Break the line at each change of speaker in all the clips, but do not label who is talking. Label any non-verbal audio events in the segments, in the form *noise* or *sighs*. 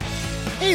Hey,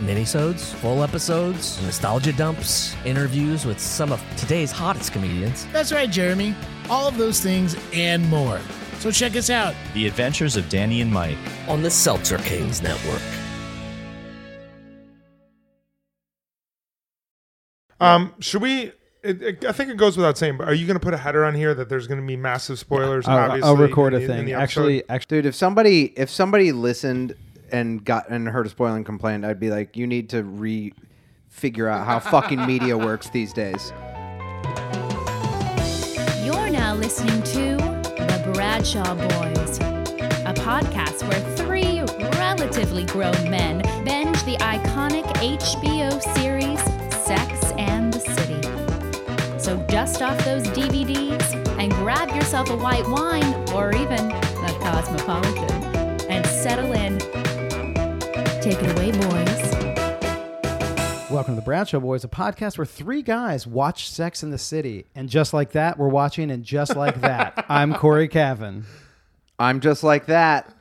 minisodes, full episodes, nostalgia dumps, interviews with some of today's hottest comedians.
That's right, Jeremy. All of those things and more. So check us out.
The Adventures of Danny and Mike.
on the Seltzer Kings Network.
Um, should we? It, it, I think it goes without saying, but are you going to put a header on here that there's going to be massive spoilers?
I'll,
obviously,
I'll record
in
a
the- in
thing.
the episode?
Actually, actually,
Dude, if somebody if somebody listened and got and heard a spoiling complaint, I'd be like, you need to re figure out how fucking media works these days.
You're now listening to The Bradshaw Boys, a podcast where three relatively grown men binge the iconic HBO series Sex and the City. So dust off those DVDs and grab yourself a white wine or even a cosmopolitan and settle in. Take it away, boys.
Welcome to the Bradshaw Boys, a podcast where three guys watch Sex in the City, and just like that, we're watching, and just
*laughs*
like that, I'm Corey Cavan.
I'm just like that.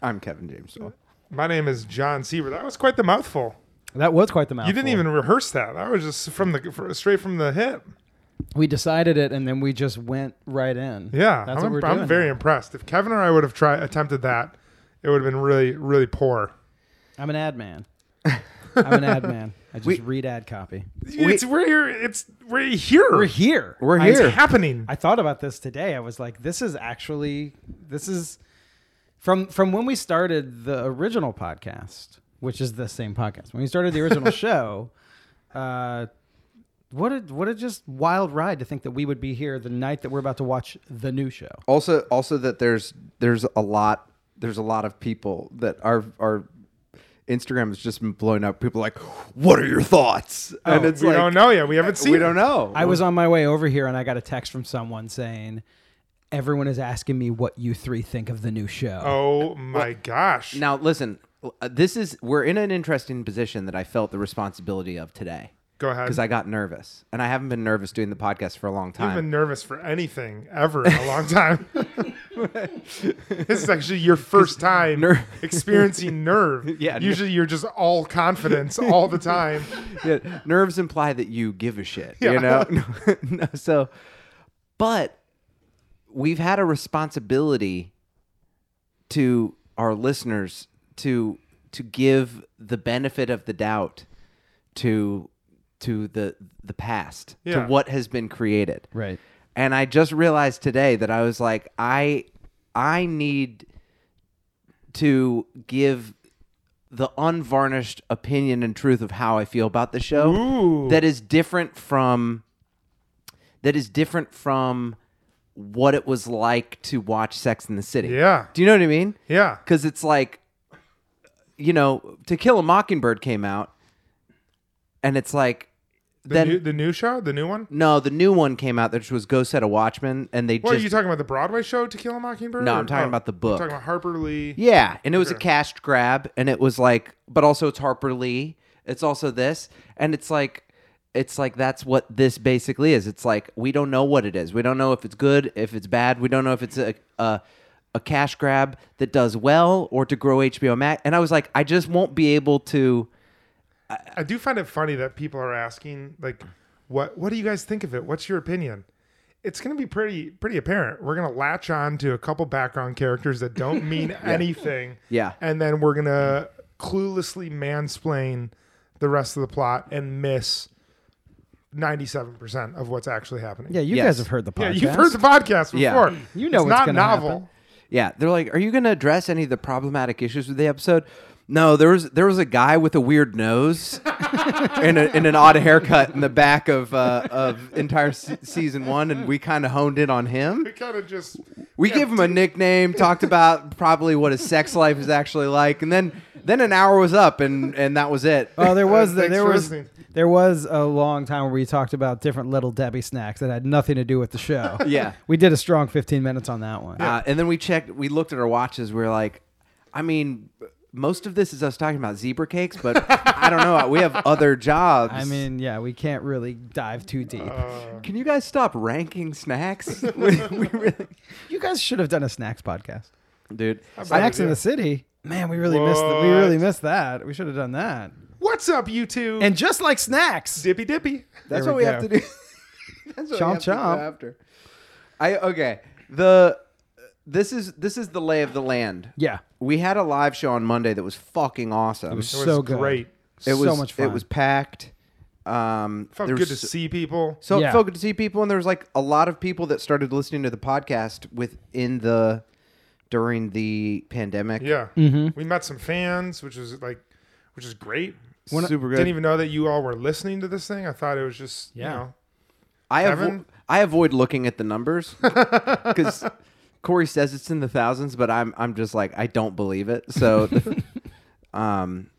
I'm Kevin James. Dole.
my name is John Seaver. That was quite the mouthful.
That was quite the mouthful.
You didn't even rehearse that. That was just from the fr- straight from the hip.
We decided it, and then we just went right in.
Yeah,
that's
I'm,
what we're
I'm
doing.
very impressed. If Kevin or I would have tried attempted that, it would have been really really poor.
I'm an
*laughs*
ad man. I'm an ad man. I just read ad copy.
it's we're here. It's we're here.
We're here.
We're
I-
here.
It's happening.
I thought about this today. I was like, this is actually this is from from when we started the original podcast, which is the same podcast. When we started
*laughs*
the original show, uh what a what a just wild ride to think that we would be here the night that we're about to watch the new show.
Also, also that there's there's a lot there's a lot of people that our our Instagram has just been blowing up. People are like, what are your thoughts? and it's
Oh, we
like
don't know yet. We haven't seen.
we
it.
don't know.
I was on my way over here and I got a text from someone saying everyone is asking me what you three think of the new show.
Oh my gosh!
Now listen, uh, this is we're in an interesting position that I felt the responsibility of today.
Go ahead.
Because I got nervous, and I haven't been nervous doing the podcast for a long
I've been
time.
nervous for anything ever in a long
*laughs*
time. this is actually your first time
ner-
experiencing nerve.
*laughs* Yeah, ner-
Usually you're just all confidence all the time.
Yeah, nerves imply that you give a shit, you know. *laughs* No, no, so, but we've had a responsibility to our listeners to to give the benefit of the doubt to to the the past
Yeah.
to what has been created,
Right.
and I just realized today that I was like, I I need to give the unvarnished opinion and truth of how I feel about the show that is different from that is different from what it was like to watch Sex in the City.
Yeah.
Do you know what I mean?
Yeah.
Cuz it's like you know, To Kill a Mockingbird came out and it's like
The,
then
new, the new show, the new one.
no, the new one came out, which was Go Set a Watchman, and they
What
just
are you talking about? The Broadway show, To Kill a Mockingbird?
No,
Or-
I'm talking about the book.
I'm talking about Harper Lee.
Yeah, and it was a
Okay.
cash grab, and it was like, but also it's Harper Lee. It's also this, and it's like, it's like that's what this basically is. It's like we don't know what it is. We don't know if it's good, if it's bad. We don't know if it's a a, a cash grab that does well or to grow HBO Max. And I was like, I just won't be able to.
I do find it funny that people are asking like, "What what do you guys think of it? What's your opinion?" It's going to be pretty pretty apparent. We're going to latch on to a couple background characters that
*laughs*
don't mean anything.
Yeah.
and then we're going to cluelessly mansplain the rest of the plot and miss ninety seven percent of what's actually happening.
Yeah, you
Yes.
guys have heard the
*laughs* Yeah,
podcast.
you've heard the podcast
Yeah.
before.
You know
it's
what's
not
gonna
novel.
happen.
Yeah, they're like, are you going to address any of the problematic issues with the episode? No, there was there was a guy with a weird nose *laughs* and, a, and an odd haircut in the back of uh, of entire se- season one, and we kind of honed in on him.
We kind of just
We gave him a nickname, talked about probably what his sex life is actually like, and then Then an hour was up, and and that was it.
Oh, there was the,
Thanks
there
for
was
listening.
there was a long time where we talked about different little Debbie snacks that had nothing to do with the show.
Yeah.
we did a strong 15 minutes on that one.
Uh, and then we checked. We looked at our watches. We were like, I mean, most of this is us talking about zebra cakes, but I don't know. We have other jobs.
*laughs* I mean, yeah, we can't really dive too deep.
can you guys stop ranking *laughs* snacks? we, we really,
you guys should have done a snacks podcast.
dude.
Snacks in the city. Man, we really missed the, we really
What?
missed that. We should have done that.
What's up, you two?
And just like snacks.
dippy dippy.
That's
There
what
we
we have to
go.
do. *laughs* That's
Chomp
what we have to do
chomp.
after. I okay. The this is this is the lay of the land.
Yeah.
We had a live show on Monday that was fucking awesome. It
was
It was
So good.
great.
It was
so much fun.
It was packed. Um,
Felt
there
good to
was
see people.
So
Yeah.
it felt good to see people, and there was like a lot of people that started listening to the podcast within the during the pandemic.
Yeah,
Mm-hmm.
we met some fans, which was like, which is great.
super good.
Didn't even know that you all were listening to this thing. I thought it was just
Yeah.
you know
I avo-
Kevin?
I avoid looking at the numbers
*laughs*
because Corey says it's in the thousands, but I'm I'm just like I don't believe it.
*laughs*
So, um,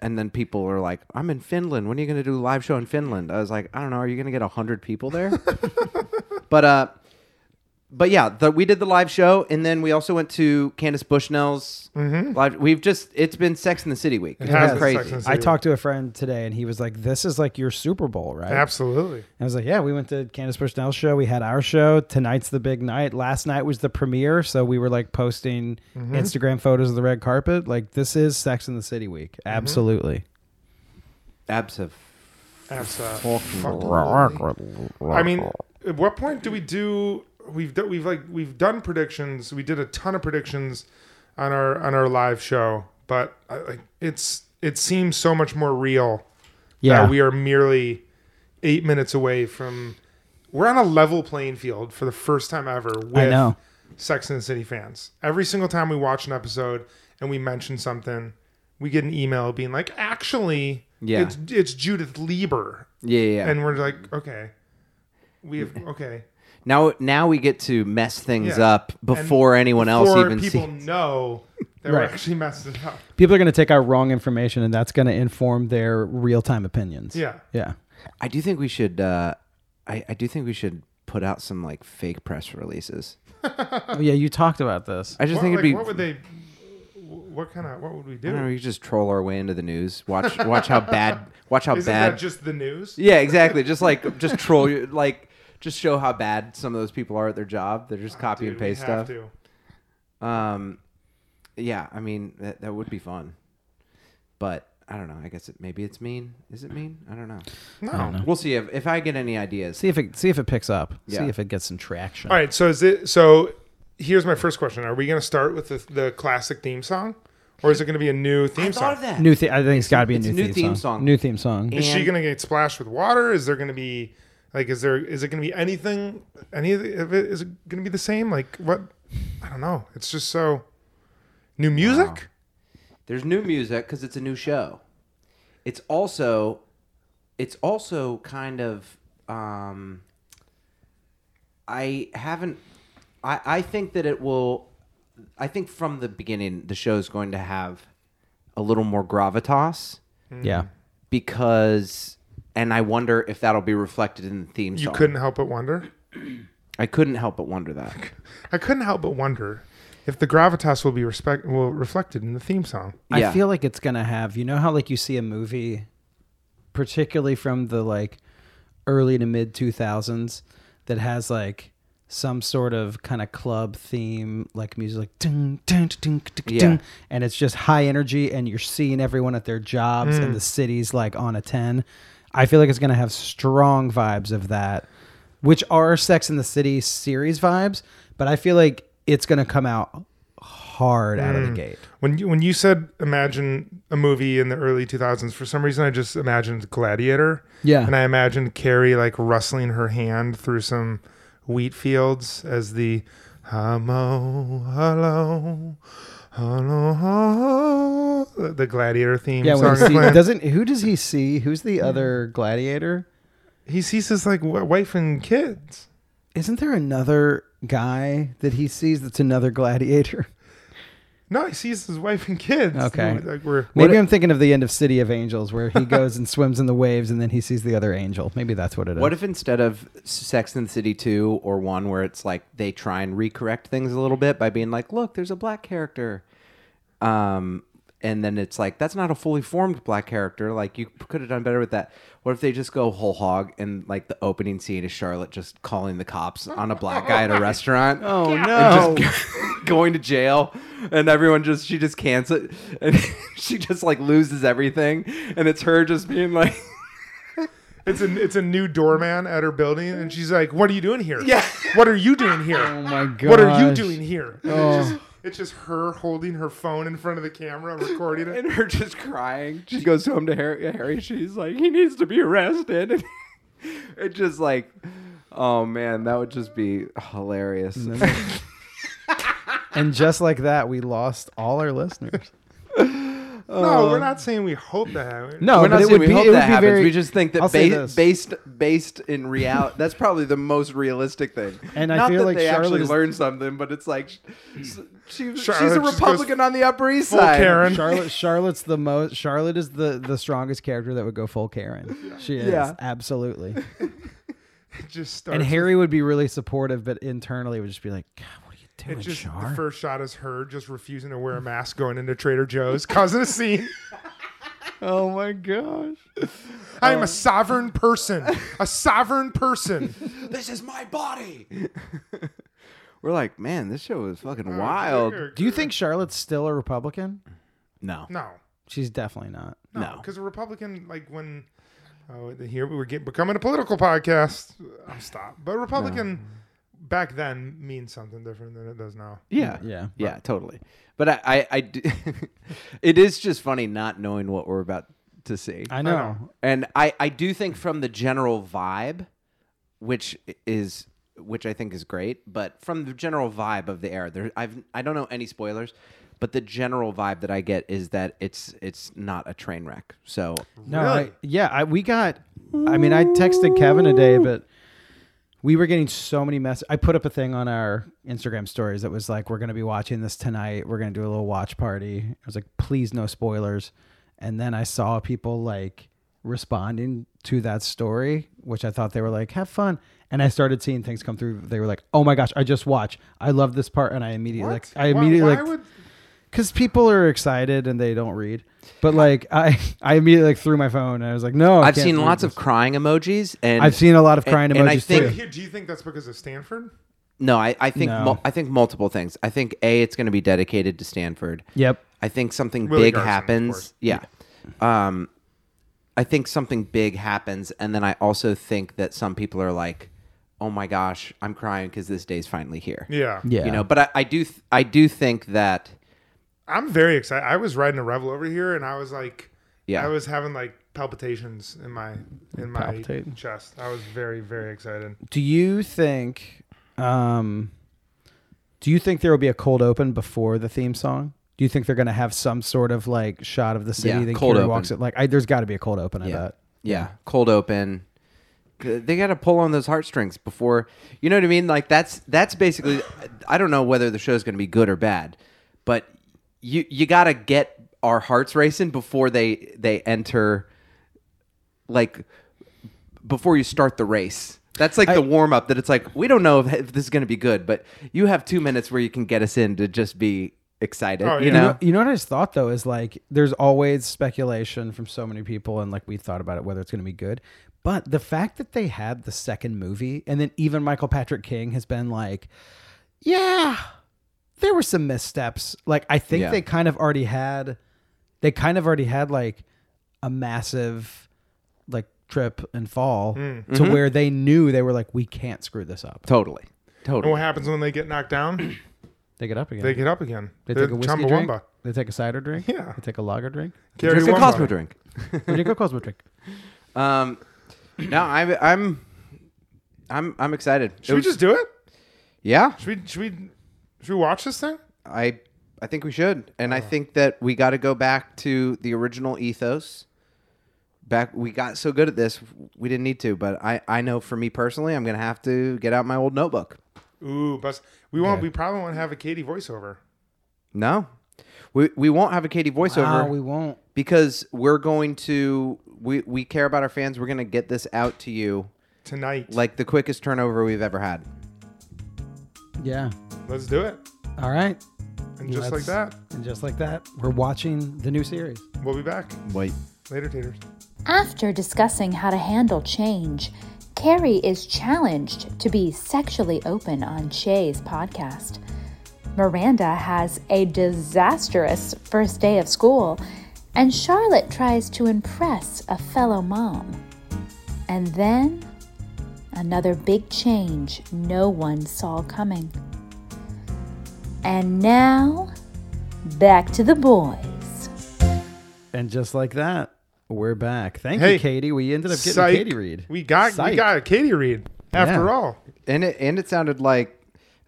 and then people are like, "I'm in Finland. When are you going to do a live show in Finland?" I was like, "I don't know. Are you going to get hundred people there?"
*laughs*
but uh, but yeah, the, we did the live show, and then we also went to Candace Bushnell's live. We've just it's been Sex in the City week. It
Mm-hmm. has been
has crazy.
Sex and the City.
I talked to a friend today and he was like, This is like your Super Bowl, right?
absolutely.
And I was like, yeah, we went to Candace Bushnell's show. We had our show. Tonight's the big night. Last night was the premiere. So we were like posting
Mm-hmm.
Instagram photos of the red carpet. Like, this is Sex in the City week.
Mm-hmm.
Absolutely.
Abso-
Absolutely. uh, I mean, at what point do we do? We've do, we've like we've done predictions. We did a ton of predictions on our on our live show, but I, like it's it seems so much more real
Yeah.
that we are merely eight minutes away from. We're on a level playing field for the first time ever. With
I know.
Sex and the City fans. Every single time we watch an episode and we mention something, we get an email being like, "Actually,
Yeah.
it's it's Judith Lieber,"
Yeah, yeah. yeah.
and we're like, "Okay, we have okay."
Now, now we get to mess things
Yeah.
up before
And
anyone else
before
even
people
sees.
know that
Right.
we're actually messing it up.
People are going to take our wrong information and that's going to inform their real time opinions.
Yeah.
Yeah.
I do think we should. Uh, I, I do think we should put out some like fake press releases.
Oh, yeah. You talked about this.
I just
What,
think
like,
it'd be.
what would they? What kind of what would we
I don't know,
do?
we could just troll our way into the news.
*laughs*
Watch, watch how bad. Watch how
Isn't
bad.
that just the news?
yeah, exactly. Just like, just troll. you- Like, just show how bad some of those people are at their job. They're just copy
Ah, Dude,
and
we
paste
have
stuff.
to.
Um, yeah. I mean, that that would be fun. But I don't know. I guess it maybe it's mean. Is it mean? I don't know.
No.
We'll see if if I get any ideas.
See if it see if it picks up.
Yeah.
See if it gets some traction.
All right. So is it? So here's my first question: Are we going to start with the, the classic theme song, or is it going to be a new theme
I
song?
thought of that.
New theme. I think it's got to be a
It's
new,
a new
theme,
theme
song.
song.
New theme song.
Is she
And-
gonna get splashed with water? Is there gonna be like is there is it gonna be anything any of the- of it is it gonna be the same? Like what I don't know. It's just so new music?
There's new music because it's a new show. It's also, it's also kind of. Um, I haven't. I I think that it will. I think from the beginning the show is going to have a little more gravitas
Mm-hmm.
Yeah.
because, and I wonder if that'll be reflected in the theme
You
song.
couldn't help but wonder.
I couldn't help but wonder that.
*laughs* I couldn't help but wonder if the gravitas will be respect will reflected in the theme song.
I
Yeah.
feel like it's gonna have you know how like you see a movie, particularly from the like early to mid two thousands, that has like some sort of kind of club theme like music like ding, ding, ding, ding,
Yeah.
ding, and it's just high energy and you're seeing everyone at their jobs and
Mm.
the city's like on a ten. I feel like it's gonna have strong vibes of that, which are Sex in the City series vibes, but I feel like it's gonna come out hard out of
Mm.
the gate.
When you when you said imagine a movie in the early two thousands, for some reason I just imagined Gladiator.
Yeah.
And I imagined Carrie like rustling her hand through some wheat fields as the hello, hello, hello, hello the- the Gladiator theme
Yeah,
song
when
is
he see,
*laughs* playing.
doesn't who does he see? Who's the other gladiator?
he sees his like w- wife and kids.
Isn't there another guy that he sees that's another gladiator? *laughs*
No, he sees his wife and kids.
Okay.
Like we're
Maybe I'm thinking of the end of City of Angels, where he goes and swims in the waves, and then he sees the other angel. Maybe that's what it is.
What if instead of Sex and the City 2 or 1 where it's like they try and recorrect things a little bit by being like, look, there's a black character. Um, and then it's like, that's not a fully formed black character. Like, you could have done better with that. What if they just go whole hog and like the opening scene is Charlotte just calling the cops on a black
*laughs*
guy at a restaurant?
Oh no!
and just *laughs* going to jail and everyone just she just cancels and *laughs* she just like loses everything and it's her just being like
It's a it's a new doorman at her building, and she's like, "What are you doing here?
Yeah.
What are you doing here?
*laughs* oh my god!
what are you doing here?" And
Oh.
It's, just, *laughs* it's just her holding her phone in front of the camera, recording
*laughs*
it.
and her just crying. She goes home to Harry. Harry she's like, he needs to be arrested. *laughs* And it just like, oh man, that would just be hilarious. *laughs*
And just like that, we lost all our
*laughs*
listeners.
no,
Oh.
we're not saying we hope that happens.
No,
We're
Oh, but
not
it
saying
would
we
be.
hope
it would
that
be
happens.
very.
we just think that
I'll say
ba-
this.
based based in reality, that's probably the most realistic thing.
*laughs* And I
Not
feel
that
like
they
Charlotte
actually
is-
learned something, but it's like she, she, she's
Charlotte
a
just goes
Republican on the Upper East
full
Side. *laughs*
Karen.
*laughs* Charlotte, Charlotte's the most. Charlotte is the the strongest character that would go full Karen. She is
Yeah.
absolutely.
It just starts.
And Harry would be really supportive, but internally would just be like, God, what are you
It
doing,
just
Char?
the first shot is her just refusing to wear a mask going into Trader Joe's, causing a
*laughs*
scene.
oh my gosh!
I
Oh.
am a sovereign person, a sovereign person.
This is my body. *laughs* We're like, man, this show is fucking
Oh,
wild.
Do you think Charlotte's still a Republican?
No,
No,
She's definitely not.
no,
no.
because a Republican, like when oh, here we were get, becoming a political podcast, I'll stop. But Republican back then means something different than it does now.
Yeah.
Mm, Yeah.
Yeah, totally. But I, I, I d- *laughs* it is just funny not knowing what we're about to see.
I know.
and I, I do think from the general vibe, which is, which I think is great, but from the general vibe of the era, there, I've, I don't know any spoilers, but the general vibe that I get is that it's, it's not a train wreck. So
No,
Really?
I, yeah, I, we got. I mean, I texted Kevin today, but we were getting so many messages. I put up a thing on our Instagram stories that was like, "We're going to be watching this tonight. We're going to do a little watch party." I was like, "Please, no spoilers." And then I saw people like responding to that story, which I thought they were like, "Have fun." And I started seeing things come through. They were like, "Oh my gosh, I just watched. I love this part," and I immediately like, I
Why-
immediately
why
like,
would-
because people are excited and they don't read. But like I, I immediately like threw my phone and I was like, no. I
I've
can't
seen
read
lots of
this.
crying emojis and
I've seen a lot of crying
and- and I
emojis
think-
too.
here, do you think that's because of Stanford?
No, I, I think
No.
Mul- I think multiple things. I think a it's going to be dedicated to Stanford.
Yep.
I think something
Willie
big
Garson, of
happens.
course.
Yeah. Um, I think something big happens, and then I also think that some people are like, "Oh my gosh, I'm crying because this day's finally here."
Yeah,
Yeah.
You know, but I, I do th- I do think that
I'm very excited. I was riding a Revel over here, and I was like,
Yeah.
I was having like palpitations in my in my
Palpitate.
chest. I was very very excited.
Do you think, um, do you think there will be a cold open before the theme song? Do you think they're going to have some sort of like shot of the city
Yeah,
that
cold
Carrie
open.
walks it? Like, I, there's got to be a cold open. I
Yeah.
bet.
yeah, cold open. Th- They got to pull on those heartstrings before, you know what I mean? Like that's that's basically. I don't know whether the show's going to be good or bad, but you you got to get our hearts racing before they they enter. Like before you start the race. That's like the warm up. That it's like we don't know if, if this is going to be good, but you have two minutes where you can get us in to just be excited.
Oh, yeah.
You
You
know?
know, you know what I just thought though is like there's always speculation from so many people, and like we thought about it whether it's going to be good. But the fact that they had the second movie, and then even Michael Patrick King has been like, yeah, there were some missteps. Like I think
Yeah.
they kind of already had, they kind of already had like a massive like trip and fall
Hmm.
to where they knew they were like, we can't screw this up.
Totally,
And
totally.
what happens when they get knocked down?
*clears throat* They get up again.
They get up again.
They
They're
take a whiskey drink.
Chumbawamba.
They take a cider drink.
Yeah.
They take a lager *laughs* drink.
Carry
Drink a
one bottle.
Cosmo drink.
We drink a Cosmo drink.
Um, no, I'm I'm I'm I'm excited. It
Should we
was-
just do it?
yeah,
Should we should we should we watch this thing?
I I think we should, and
Oh.
I think that we got to go back to the original ethos. Back, we got so good at this, we didn't need to. But I I know for me personally, I'm gonna have to get out my old notebook.
Ooh, bus. We won't. We probably won't have a Katie voiceover.
No, We, we won't have a Katie voiceover
Wow, Ah, we won't.
because we're going to we, we care about our fans. We're going to get this out to you
tonight.
like the quickest turnover we've ever had.
Yeah.
Let's do it.
All right.
And just like
Let's-
that,
And just like that, we're watching the new series.
we'll be back
Wait.
later, taters.
After discussing how to handle change, Carrie is challenged to be sexually open on Shay's podcast. Miranda has a disastrous first day of school, and Charlotte tries to impress a fellow mom. And then, another big change no one saw coming. And now, back to the boys.
And just like that, we're back. Thank
Hey.
you, Katie. We ended up getting
Psych.
Katie Reed.
We got we
Psych.
got a Katie Reed after
Yeah.
all.
And it and it sounded like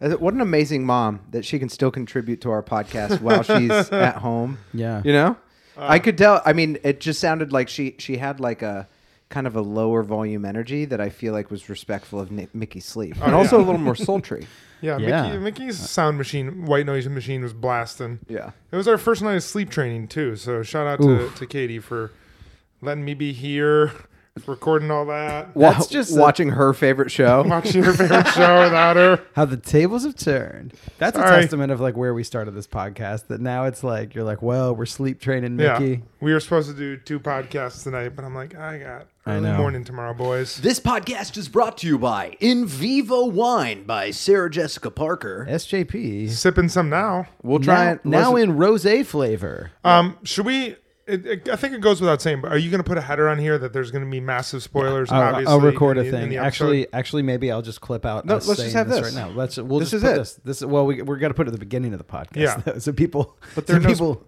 uh, what an amazing mom that she can still contribute to our podcast while *laughs* she's at home.
Yeah.
You know? I could tell I mean it just sounded like she she had like a kind of a lower volume energy that I feel like was respectful of Nick, Mickey's sleep and also a little more sultry.
Yeah,
Yeah.
Mickey, Mickey's sound machine, white noise machine was blasting.
Yeah.
It was our first night of sleep training too, so shout out to, to Katie for letting me be here, recording all
*laughs*
that,
*laughs* That's
just
just
a-
watching her
*laughs*
favorite show.
watching her favorite show without her.
How the tables have turned. That's a
Sorry.
testament of like where we started this podcast. That now it's like you're like, well, we're sleep training
Yeah,
*laughs* Mickey.
we were supposed to do two podcasts tonight, but I'm like, I got
I
early
know.
morning tomorrow, boys.
This podcast is brought to you by In Vivo Wine by Sarah Jessica Parker.
SJP.
Sipping some now.
We'll try
now,
and
now
listen-
in rosé flavor.
Um, should we? It, it, I think it goes without saying, but are you going to put a header on here that there's going to be massive spoilers?
I'll,
obviously,
I'll record
in
a
the- in
thing.
the episode?
Actually, actually, maybe I'll just clip out.
No,
us
let's just
saying
have
this
this.
right now. Let's. We'll
This
just
is
put
it.
this. This. Well, we we're gonna put it at the beginning of the podcast.
Yeah.
though, so people. But
there are
so
no
people.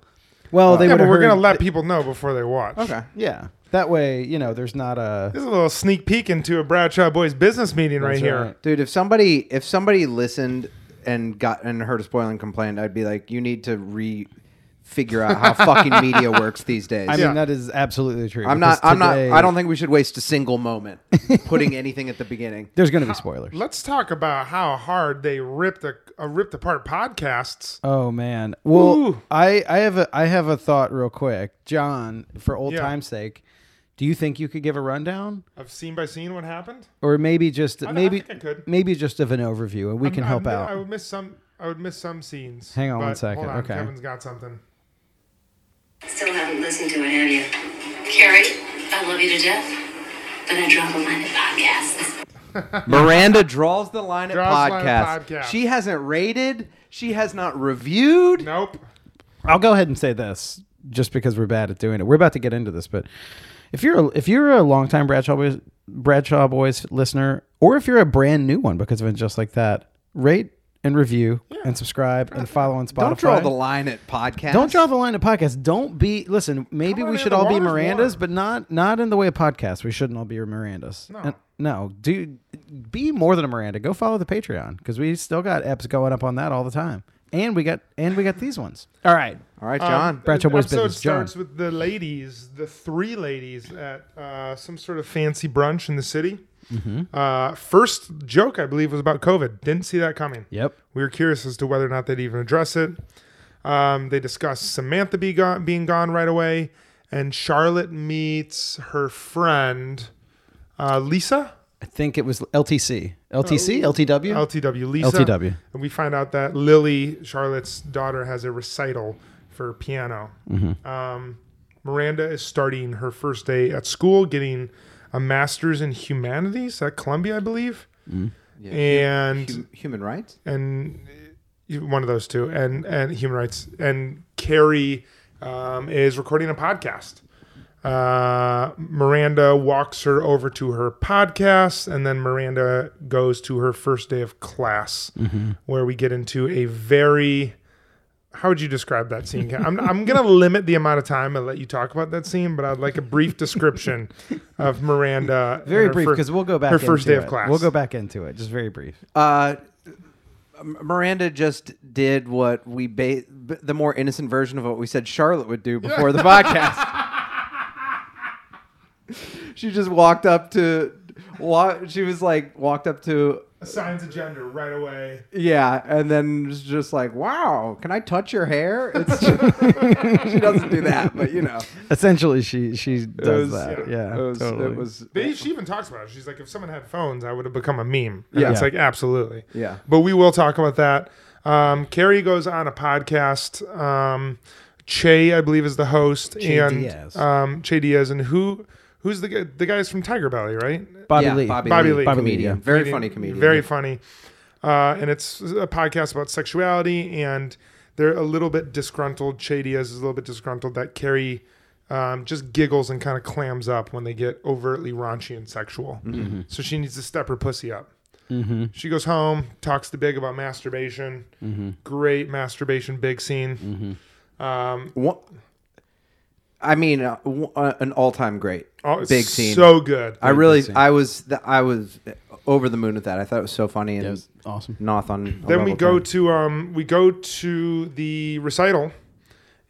Well, they
yeah,
would
but
have
we're going to
heard-
let people know before they watch.
Okay.
Yeah. That way, you know, there's not a.
This is a little sneak peek into a Bradshaw Boys business meeting right,
That's
here.
right.
Dude, if somebody if somebody listened and got and heard a spoiling complaint, I'd be like, you need to re figure out how *laughs* fucking media works these days.
I mean,
Yeah.
that is absolutely true.
I'm not.
because
I'm not.
today-
I don't think we should waste a single moment putting anything at the beginning.
There's going to be spoilers.
Let's talk about how hard they ripped a, a ripped apart podcasts.
Oh man. Well,
Ooh.
I I have a I have a thought real quick, John. For old
Yeah.
time's sake, do you think you could give a rundown,
I've seen by scene what happened.
or maybe just
I
maybe
think I could.
maybe just of an overview, and we can
I'm-
help
I'm-
out.
I would miss some. I would miss some scenes.
Hang on one
but
second,
Hold on,
okay.
Kevin's got something.
Still haven't listened to it, have you? Carrie, I love you to death, but I draw the line at
*laughs*
podcasts.
Miranda draws the line at
Draws the
podcast.
line at podcast.
She hasn't rated. She has not reviewed.
Nope.
I'll go ahead and say this, just because we're bad at doing it. We're about to get into this, but if you're a, if you're a longtime Bradshaw Boys, Bradshaw Boys listener, or if you're a brand new one because of it, just like that, rate and review and subscribe and follow on Spotify.
Don't draw the line at podcast.
Don't draw the line to podcast. Don't be. Listen, maybe
Come on
we
in,
should
the
all be
water's
Mirandas,
warm.
but not not in the way of podcasts. We shouldn't all be Mirandas. No, no, dude, be more than a Miranda. Go follow the Patreon because we still got eps going up on that all the time, and we got and we got these ones. All right,
All right, John.
Bradshaw
The
Boys
episode
business, John.
starts with the ladies, the three ladies at uh, some sort of fancy brunch in the city.
Mm-hmm.
Uh, first joke, I believe, was about COVID. Didn't see that coming.
Yep.
We were curious as to whether or not they'd even address it. Um, they discuss Samantha be gone, being gone right away, and Charlotte meets her friend uh, Lisa,
I think it was LTC,
Oh.
LTC, LTW.
LTW Lisa.
LTW.
And we find out that Lily, Charlotte's daughter, has a recital for piano. Um, Miranda is starting her first day at school, getting a master's in humanities at Columbia, I believe. And
Hum- human rights.
and uh, one of those two, and and human rights, and Carrie um, is recording a podcast. Uh, Miranda walks her over to her podcast, and then Miranda goes to her first day of class,
Mm-hmm.
where we get into a very how would you describe that scene? Ken? I'm, I'm going to limit the amount of time I let you talk about that scene, but I'd like a brief description of Miranda.
*laughs* Very
and her
brief
fir-
because we'll go back.
Her first
into
day of
it.
class.
We'll go back into it. Just very brief.
*laughs*
Uh, M- Miranda just did what we ba- b- the more innocent version of what we said Charlotte would do before
*laughs*
the podcast. she just walked up to, wa- she was like walked up to
assigns a gender right away.
Yeah, and then it's just like, wow, can I touch your hair? It's *laughs* she doesn't do that, but you know,
Essentially, she she
it
does
was,
that.
yeah.
Yeah,
it was,
totally.
it was
They, she even talks about it. She's like, if someone had phones, I would have become a meme. And
Yeah.
it's like absolutely.
Yeah.
But we will talk about that. Um, Carrie goes on a podcast. Um, Che, I believe, is the host,
Che
and
Diaz.
Um, Che Diaz, and who who's the guy? the guy's from Tiger Belly, right?
Bobby
yeah,
Lee.
Bobby,
Bobby
Lee,
Lee.
Bobby Lee,
comedian,
yeah.
very funny comedian,
Very funny. Uh, and it's a podcast about sexuality, and they're a little bit disgruntled. Che Diaz is a little bit disgruntled that Carrie um, just giggles and kind of clams up when they get overtly raunchy and sexual.
Mm-hmm.
So she needs to step her pussy up. She goes home, talks to Big about masturbation.
Mm-hmm.
Great masturbation, Big scene. Um,
One- I mean, uh, w- uh, an all-time great,
oh, it's
big scene.
So good.
I really, I was, th- I was over the moon with that. I thought it was so funny and
It was awesome.
Noth on. a
then we
level
go
10.
to um we go to the recital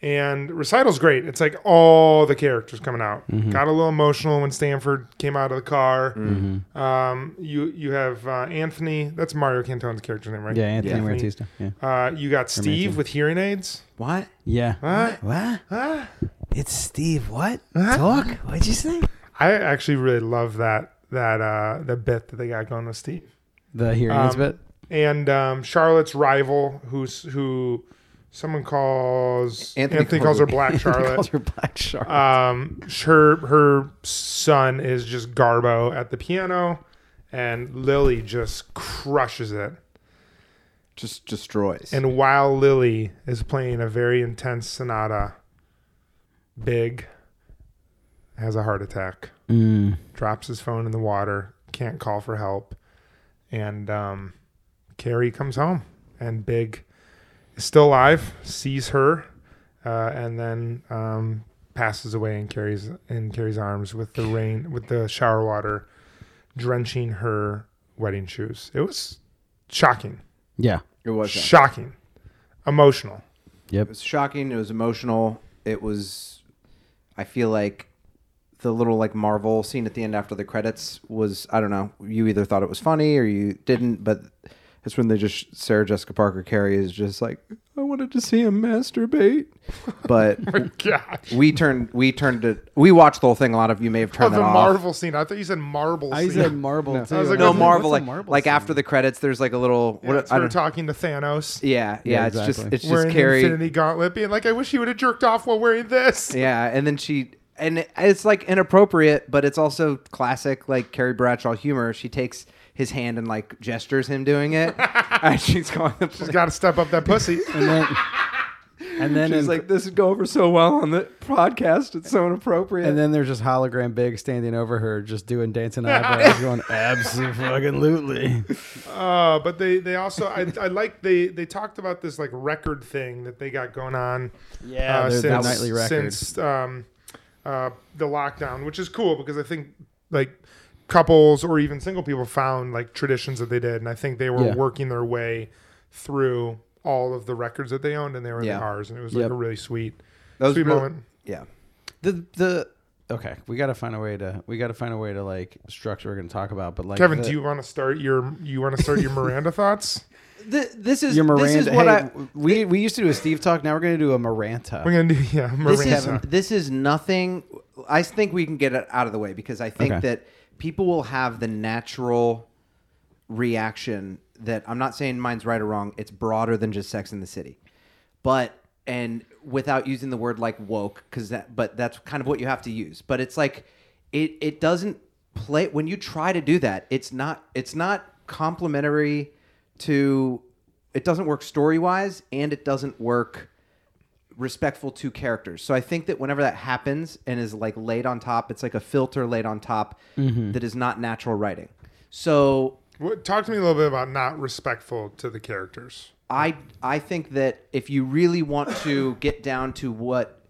and recital's great it's like all the characters coming out
Mm-hmm.
got a little emotional when stanford came out of the car
Mm-hmm.
um you you have uh, anthony that's mario cantone's character name right
Yeah, Anthony
Yeah.
Rantista. Yeah.
uh, you got steve with hearing aids
what?
Yeah.
What?
What?
Ah.
It's Steve. What? Talk? What'd you say?
i actually really love that that uh the bit that they got going with steve
The hearing aids
Um,
bit. *laughs*
and um, Charlotte's rival, who's who, someone calls
Anthony
Anthony, calls her
calls her-
Black Charlotte.
Calls her Black Shark.
um her her son is just garbo at the piano and lily just crushes it
Just destroys.
and while lily is playing a very intense sonata big has a heart attack drops his phone in the water can't call for help and um carrie comes home and big is still alive sees her uh, and then um, passes away in Carrie's in Carrie's arms with the rain with the shower water drenching her wedding shoes. It was shocking,
yeah.
it was shocking.
shocking, emotional. *laughs*
Yep.
It was shocking. It was emotional. It was. I feel like the little like Marvel scene at the end after the credits was. I don't know. You either thought it was funny or you didn't. But it's when they just Sarah Jessica Parker Carey is just like, I wanted to see him masturbate.
*laughs*
But
Oh Gosh,
we turned we turned it. We watched the whole thing. A lot of you may have
oh,
turned
the
that off.
Marvel scene. I thought you said marble.
I
scene. *laughs*
said marble too.
I was like,
no
What's a-
Marvel
what's
like
a marble
like
scene?
after the credits. There's like a little.
Yeah,
what,
it's
I
her
don't,
talking to Thanos.
yeah, yeah.
Yeah,
it's just
exactly.
it's just
wearing
Carrie.
Infinity Gauntlet, being like, "I wish he would have jerked off while wearing this."
Yeah, and then she and it- it's like inappropriate, but it's also classic like Carrie Bradshaw humor. She takes his hand and like gestures him
*laughs*
doing it, and she's going. The
She's got to step up that pussy.
*laughs*
And then, *laughs* and then
She's
in-
like, "This would go over so well on the podcast. It's so inappropriate."
and then there's just hologram big standing over her, just doing
*laughs*
dancing eyebrows, going absolutely.
Uh, but they they also I, I like they they talked about this like record thing that they got going on.
Yeah,
uh,
their-
since,
their nightly record.
since um, uh, the lockdown, which is cool because I think like couples or even single people found like traditions that they did, and I think they were
Yeah.
working their way through all of the records that they owned, and they were in
Yeah.
the cars, and it was like
Yep.
a really sweet
That was
sweet
real-
moment.
yeah,
The the okay, we got to find a way to we got to find a way to like structure we're gonna talk about. But like
Kevin,
the-
do you want to start your you want to start your Miranda
*laughs*
thoughts?
Th- this is
your Miranda?
This is what
hey,
I.
we we used to do a Steve talk. Now we're gonna do a Miranda.
We're gonna do yeah, Miranda.
This is this is nothing. I think we can get it out of the way because I think
Okay.
that people will have the natural reaction that I'm not saying mine's right or wrong. It's broader than just Sex in the City, but and without using the word like woke because that but that's kind of what you have to use. But it's like it it doesn't play when you try to do that. It's not it's not complimentary to. It doesn't work story wise, and it doesn't work respectful to characters. So I think that whenever that happens and is like laid on top, it's like a filter laid on top that is not natural writing. So
What- Talk to me a little bit about not respectful to the characters.
I I think that if you really want to get down to what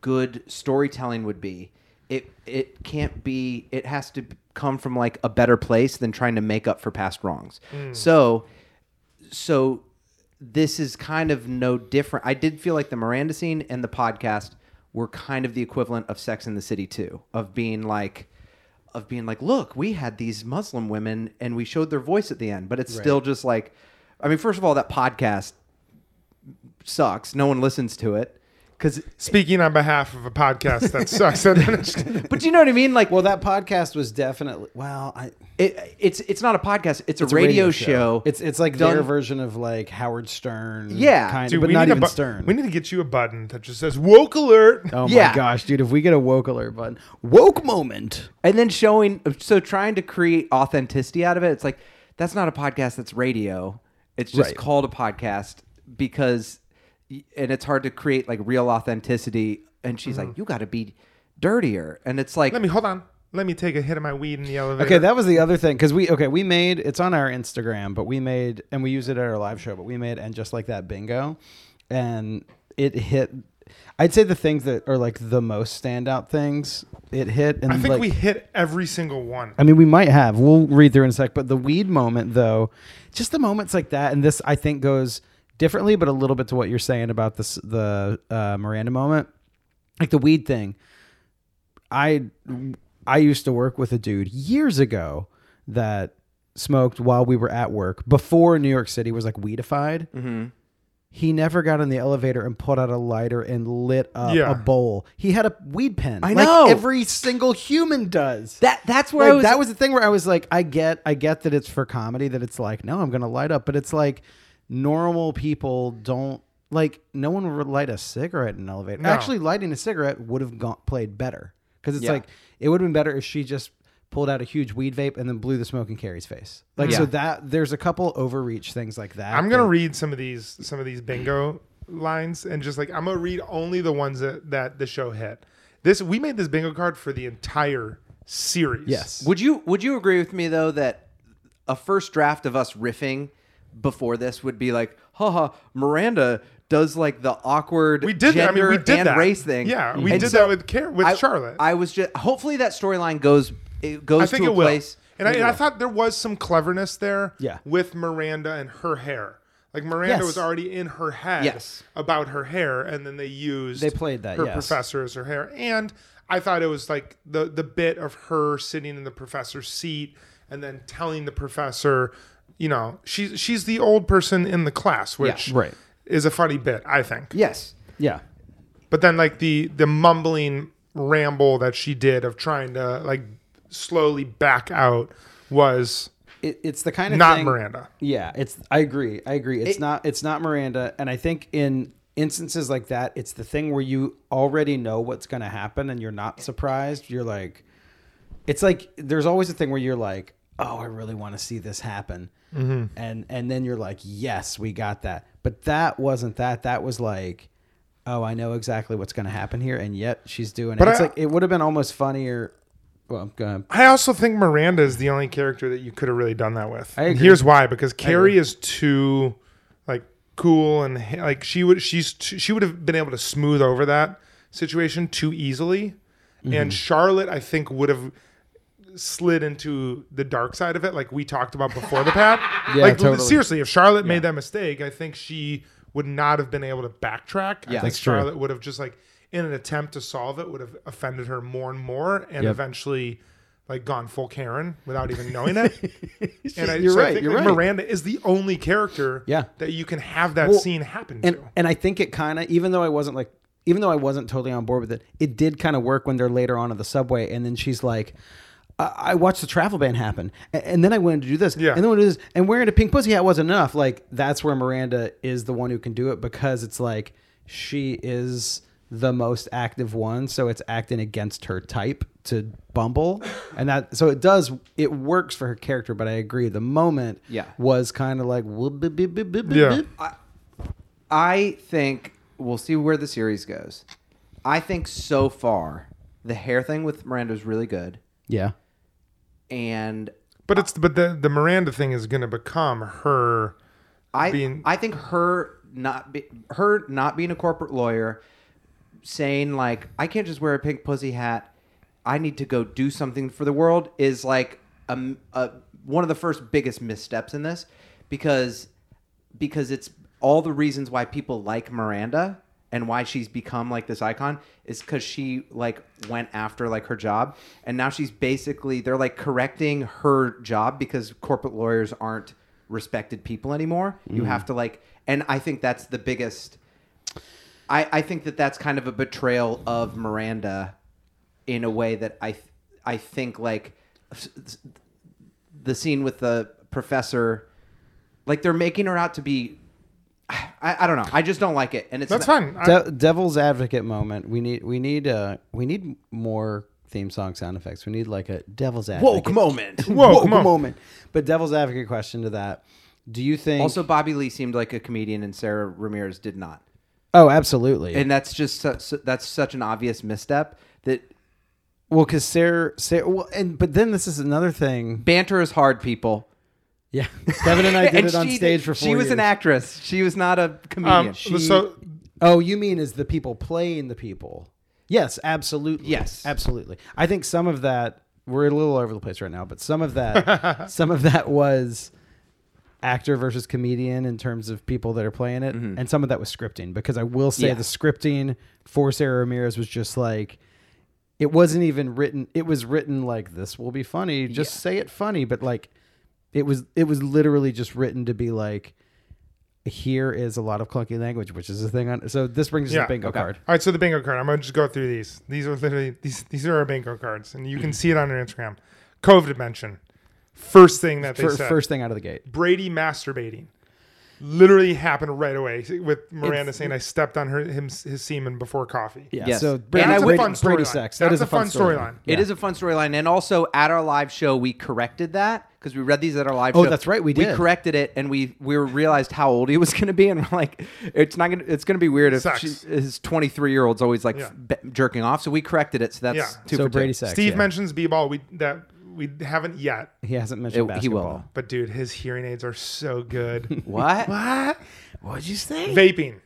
good storytelling would be, it it can't be it has to come from like a better place than trying to make up for past wrongs. So so this is kind of no different. I did feel like the Miranda scene and the podcast were kind of the equivalent of Sex in the City too, of being like of being like, look, we had these Muslim women and we showed their voice at the end, but it's still just like, I mean, first of all, that podcast sucks. No one listens to it because,
Speaking on behalf of a podcast that sucks. *laughs*
but you know what I mean? Like,
Well, that podcast was definitely well. I,
it, it's it's not a podcast; it's, a radio, show.
It's it's like
done-
their version of like Howard Stern.
Yeah.
kind
Dude,
of, but
we
not
need a
even
bu-
Stern.
We need to get you a button that just says "Woke Alert."
oh
Yeah.
my gosh, dude! If we get a woke alert button, woke moment.
and then showing so trying to create authenticity out of it it's like that's not a podcast that's radio it's just
Right.
called a podcast because and it's hard to create like real authenticity and she's like you got to be dirtier and it's like
Mm-hmm. Let me hold on. Let me take a hit of my weed in the elevator.
Okay, that was the other thing because we okay we made it's on our Instagram, but we made and we use it at our live show, but we made and just like that bingo, and it hit. I'd say the things that are like the most standout things it hit, and
I think
like, Oh,
we hit every single one.
I mean, we might have. We'll read through in a sec. But the weed moment, though, just the moments like that, and this I think goes differently, but a little bit to what you're saying about this the uh, Miranda moment, like the weed thing. I I used to work with a dude years ago that smoked while we were at work before New York City was like weedified.
Mm-hmm.
He never got in the elevator and put out a lighter and lit up
Yeah.
a bowl. He had a weed pen.
I
like
know.
every single human does.
*laughs* that that's where
Like,
I was,
that was the thing where I was like, I get, I get that it's for comedy, that it's like, no, I'm gonna light up, but it's like normal people don't like. No one would light a cigarette in an elevator.
No.
Actually, lighting a cigarette would have gone, played better because it's
Yeah.
like it would have been better if she just pulled out a huge weed vape and then blew the smoke in Carrie's face. Like so
Yeah.
that there's a couple overreach things like that.
I'm gonna
that-
read some of these some of these bingo lines and just like I'm gonna read only the ones that that the show hit. This we made this bingo card for the entire series.
yes.
would you would you agree with me though that a first draft of us riffing before this would be like haha miranda does like the awkward
We did. I mean, we
gender
did
and
that.
race thing
Yeah,
Mm-hmm.
we
And
did
so-
that with Car- with
I,
Charlotte.
I was just hopefully that storyline goes it goes
I think it
to a
will.
place.
And I, and I thought there was some cleverness there
Yeah.
with Miranda and her hair. Like Miranda
Yes.
was already in her head
Yes.
about her hair, and then they used
They played that,
her
yes.
professor as her hair. And I thought it was like the the bit of her sitting in the professor's seat and then telling the professor, you know, she's she's the old person in the class, which
right.
is a funny bit, I think.
Yes.
Yeah.
But then like the the mumbling ramble that she did of trying to like slowly back out was
It, it's the kind of
not
thing-
Miranda.
Yeah, it's. I agree. I agree. It's not. It's not Miranda. And I think in instances like that, it's the thing where you already know what's going to happen, and you're not surprised. You're like, it's like there's always a thing where you're like, oh, I really want to see this happen,
Mm-hmm.
and and then you're like, yes, we got that. But that wasn't that. That was like. Oh, I know exactly what's going to happen here, and yet she's doing
But
it. It's
I-
like it would have been almost funnier. Well, go ahead.
I also think Miranda is the only character that you could have really done that with.
I agree.
Here's why: because Carrie is too like cool and like she would she's too, she would have been able to smooth over that situation too easily,
Mm-hmm.
and Charlotte I think would have slid into the dark side of it, like we talked about before the pat.
*laughs* Yeah,
like
totally.
seriously, if Charlotte made that mistake, I think she would not have been able to backtrack. I
Yeah.
think
That's
true.
Charlotte would have just like in an attempt to solve it would have offended her more and more and
Yep.
eventually like gone full Karen without even knowing it.
*laughs*
and I,
You're
so I
right,
think
you're
like
right.
Miranda is the only character
Yeah.
that you can have that
Well,
scene happen
and
to.
and I think it kind of even though I wasn't like even though I wasn't totally on board with it, it did kind of work when they're later on in the subway, and then she's like. I I watched the travel ban happen, a- and then I wanted to do this,
Yeah.
and then I wanted to do this, and wearing a pink pussy hat wasn't enough. Like that's where Miranda is the one who can do it because it's like she is the most active one, so it's acting against her type to Bumble, and that so it does it works for her character. But I agree, the moment
Yeah.
was kind of like whoop, boop, boop, boop, boop, boop,
Yeah.
boop.
I think we'll see where the series goes. I think so far the hair thing with Miranda is really good,
yeah.
and
But it's but the the Miranda thing is going to become her
I
Being-
I think her not be, her not being a corporate lawyer, saying like I can't just wear a pink pussy hat, I need to go do something for the world is like a, m- a- one of the first biggest missteps in this because because it's all the reasons why people like Miranda and why she's become like this icon is because she like went after like her job and now she's basically they're like correcting her job because corporate lawyers aren't respected people anymore you have to like and i think that's the biggest I, I think that that's kind of a betrayal of Miranda in a way that I th- I think like s- s- the scene with the professor like they're making her out to be I, I don't know I just don't like it and it's
That's
not-
fine. I-
De- devil's advocate moment. We need we need uh we need more theme song sound effects. We need like a devil's advocate
*laughs* moment
Whoa,
woke
come on.
moment. But devil's advocate question to that. Do you think
also Bobby Lee seemed like a comedian and Sarah Ramirez did not
Oh, absolutely.
and that's just such, that's such an obvious misstep that
well, cuz Sarah, Sarah well, and but then this is another thing.
banter is hard people
Yeah. Kevin
*laughs*
and I did
And
it on
she
stage
did-
for 4
she was
years.
an actress she was not a comedian
Um, so
Oh, you mean is the people playing the people? Yes, absolutely.
Yes.
absolutely. I think some of that we're a little over the place right now, but some of
*laughs*
that, some of that was actor versus comedian in terms of people that are playing it, and some of that was scripting. Because I will say
Mm-hmm. Yeah.
the scripting for Sarah Ramirez was just like. It wasn't even written. It was written like this will be funny. Just say it funny, but like, it was it was literally just written to be like, here is a lot of clunky language, which is the thing. On, so this brings us
Yeah,
a bingo card.
All right, so the bingo card. I'm gonna just go through these. These are literally these. These are our bingo cards, and you
Mm.
can see it on our Instagram. Cove dimension. First thing that they
Fir-
said.
first thing out of the gate.
Brady masturbating. Literally happened right away with Miranda saying I stepped on her him, his semen before coffee.
Yeah.
Yes.
So
And
Brady,
that's a
Brady,
fun
Brady
storyline. That's
sex. that is
a
a fun
fun storyline.
It is a fun storyline, and also at our live show we corrected that because we read these at our live
Oh,
show.
that's right, we
We
did.
corrected it, and we we realized how old he was *laughs* going to be, and we're like, it's not going. to It's going to be weird if
Sucks.
she, his twenty three year old's always like
Yeah.
b- jerking off. So we corrected it. So that's
Yeah.
two
So
for
Brady
two.
sex.
Steve
yeah.
mentions b-ball. We that we haven't yet,
he hasn't
It-
mentioned
he
basketball.
will.
but dude, his hearing aids are so
*laughs*
good.
What?
what?
What'd you say?
Vaping.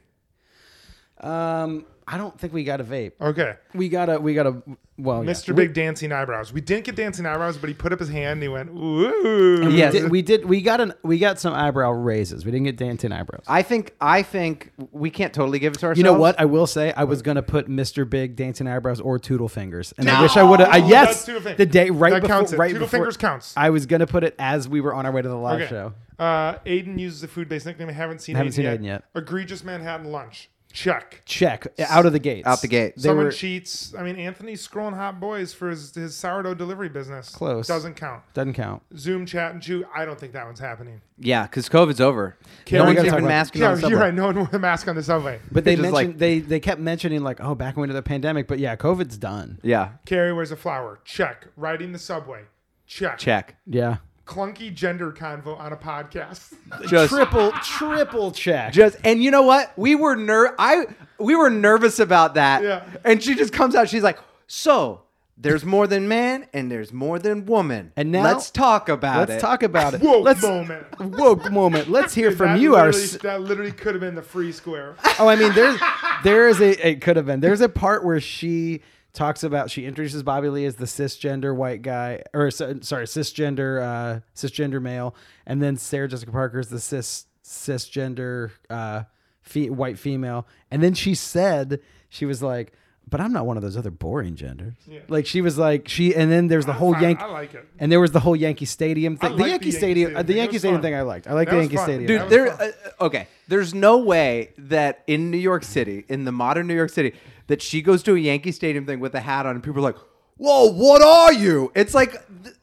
Um, I don't think we got a vape.
Okay.
We got a. We got a. Well, yeah.
Mr.
*laughs*
Big dancing eyebrows. We didn't get dancing eyebrows, but he put up his hand and he went, ooh.
Yes.
Did- we did. We got an. We got some eyebrow raises. We didn't get Danton eyebrows.
I think I think we can't totally give it to ourselves.
you know what? I will say I was gonna put Mr. Big dancing eyebrows or Toodle Fingers, and I wish I would have. I
No,
yes,
that's Toodle Fingers.
the day right
That
before.
counts it.
Right
Toodle
before-
Fingers counts.
I was gonna put it as we were on our way to the live
Okay.
show.
Uh, Aiden uses the food based nickname. I haven't seen,
Haven't
Aiden,
seen
yet.
Aiden yet.
Egregious Manhattan lunch. Check.
Check uh, out of the gates.
Out the gate.
They
Someone
were
cheats. I mean, Anthony's scrolling hot boys for his, his sourdough delivery business.
Close.
Doesn't count.
doesn't count.
*laughs* Zoom chat and chew. I don't think that one's happening.
Yeah, because COVID's over.
we
no one's
gotta talk
even
about-
masking
Yeah,
on the subway.
you're right. No one wore a mask on the subway.
But they
just,
mentioned
like-
they they kept mentioning like oh back when to the pandemic, but yeah, COVID's done.
Yeah,
Carrie wears a flower. Check. Riding the subway. Check.
check.
Yeah,
Clunky gender convo on a podcast.
Just
triple triple check.
Just and you know what? We were ner I we were nervous about that.
Yeah.
And she just comes out, she's like, So there's more than man and there's more than woman.
And now-
let's talk about
Let's
it.
talk about it.
Whoa,
Let's
moment.
woke moment. Let's hear from
*laughs* That
you. Our
literally- that literally could have been the free square.
oh, I mean, there's there is a it could have been. There's a part where she talks about she introduces Bobby Lee as the cisgender white guy, or so- sorry, cisgender uh, cisgender male, and then Sarah Jessica Parker is the cis cisgender uh, fe- white female, and then she said she was like. But I'm not one of those other boring genders. Like she was like she, and then there's the whole
I-
Yankee.
I like it.
And there was the whole Yankee Stadium
I
thing. the
like
Yankee Stadium, uh, the
thing. It
Yankee
was
Stadium
fun.
thing. I liked. I like
That
the
was
Yankee
fun.
Stadium.
That
Dude,
was
there
fun.
uh, okay. There's no way that in New York City, in the modern New York City, that she goes to a Yankee Stadium thing with a hat on and people are like, Whoa, what are you? It's like th-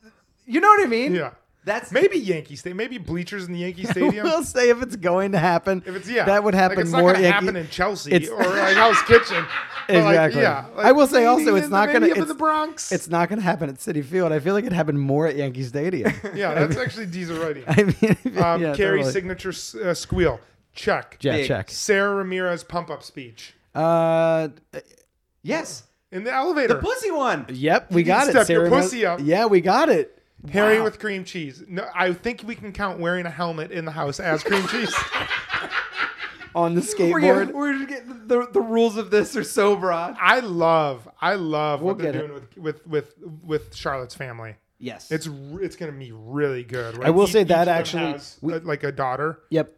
you know what I mean?
Yeah.
That's
Maybe Yankee State. Maybe bleachers in the Yankee Stadium.
*laughs* we'll say if it's going to happen.
If it's yeah,
that would
Like,
happen
it's
more.
not gonna
Yankee-
happen in Chelsea
It's-
or like House
*laughs*
Kitchen. But, like,
exactly.
yeah, like,
I will say also,
maybe
it's
in
not
the-
going
maybe up
to.
in the Bronx.
It's not going to happen at City Field. I feel like it happened more at Yankee Stadium.
*laughs* yeah, that's actually Deezer writing.
*laughs* I mean,
Um,
yeah,
Carrie's
totally.
signature s- uh, squeal. Check.
Yeah,
big.
check.
Sarah Ramirez pump up speech
Uh,
yes.
in the elevator.
The pussy one.
yep, we
can
got it.
step your
Sarah Ros-
pussy up.
Yeah, we got it.
Harry with cream cheese. No, I think we can count wearing a helmet in the house as cream cheese. *laughs*
On the
We're getting,
skateboard.
we're just getting- the, the rules of this are so broad.
I love, I love what they're
We'll get
doing with, with with with Charlotte's family.
Yes.
It's r- it's gonna be really good.
I will
Each-
say that
each of them
actually-
has, uh, like a daughter.
Yep.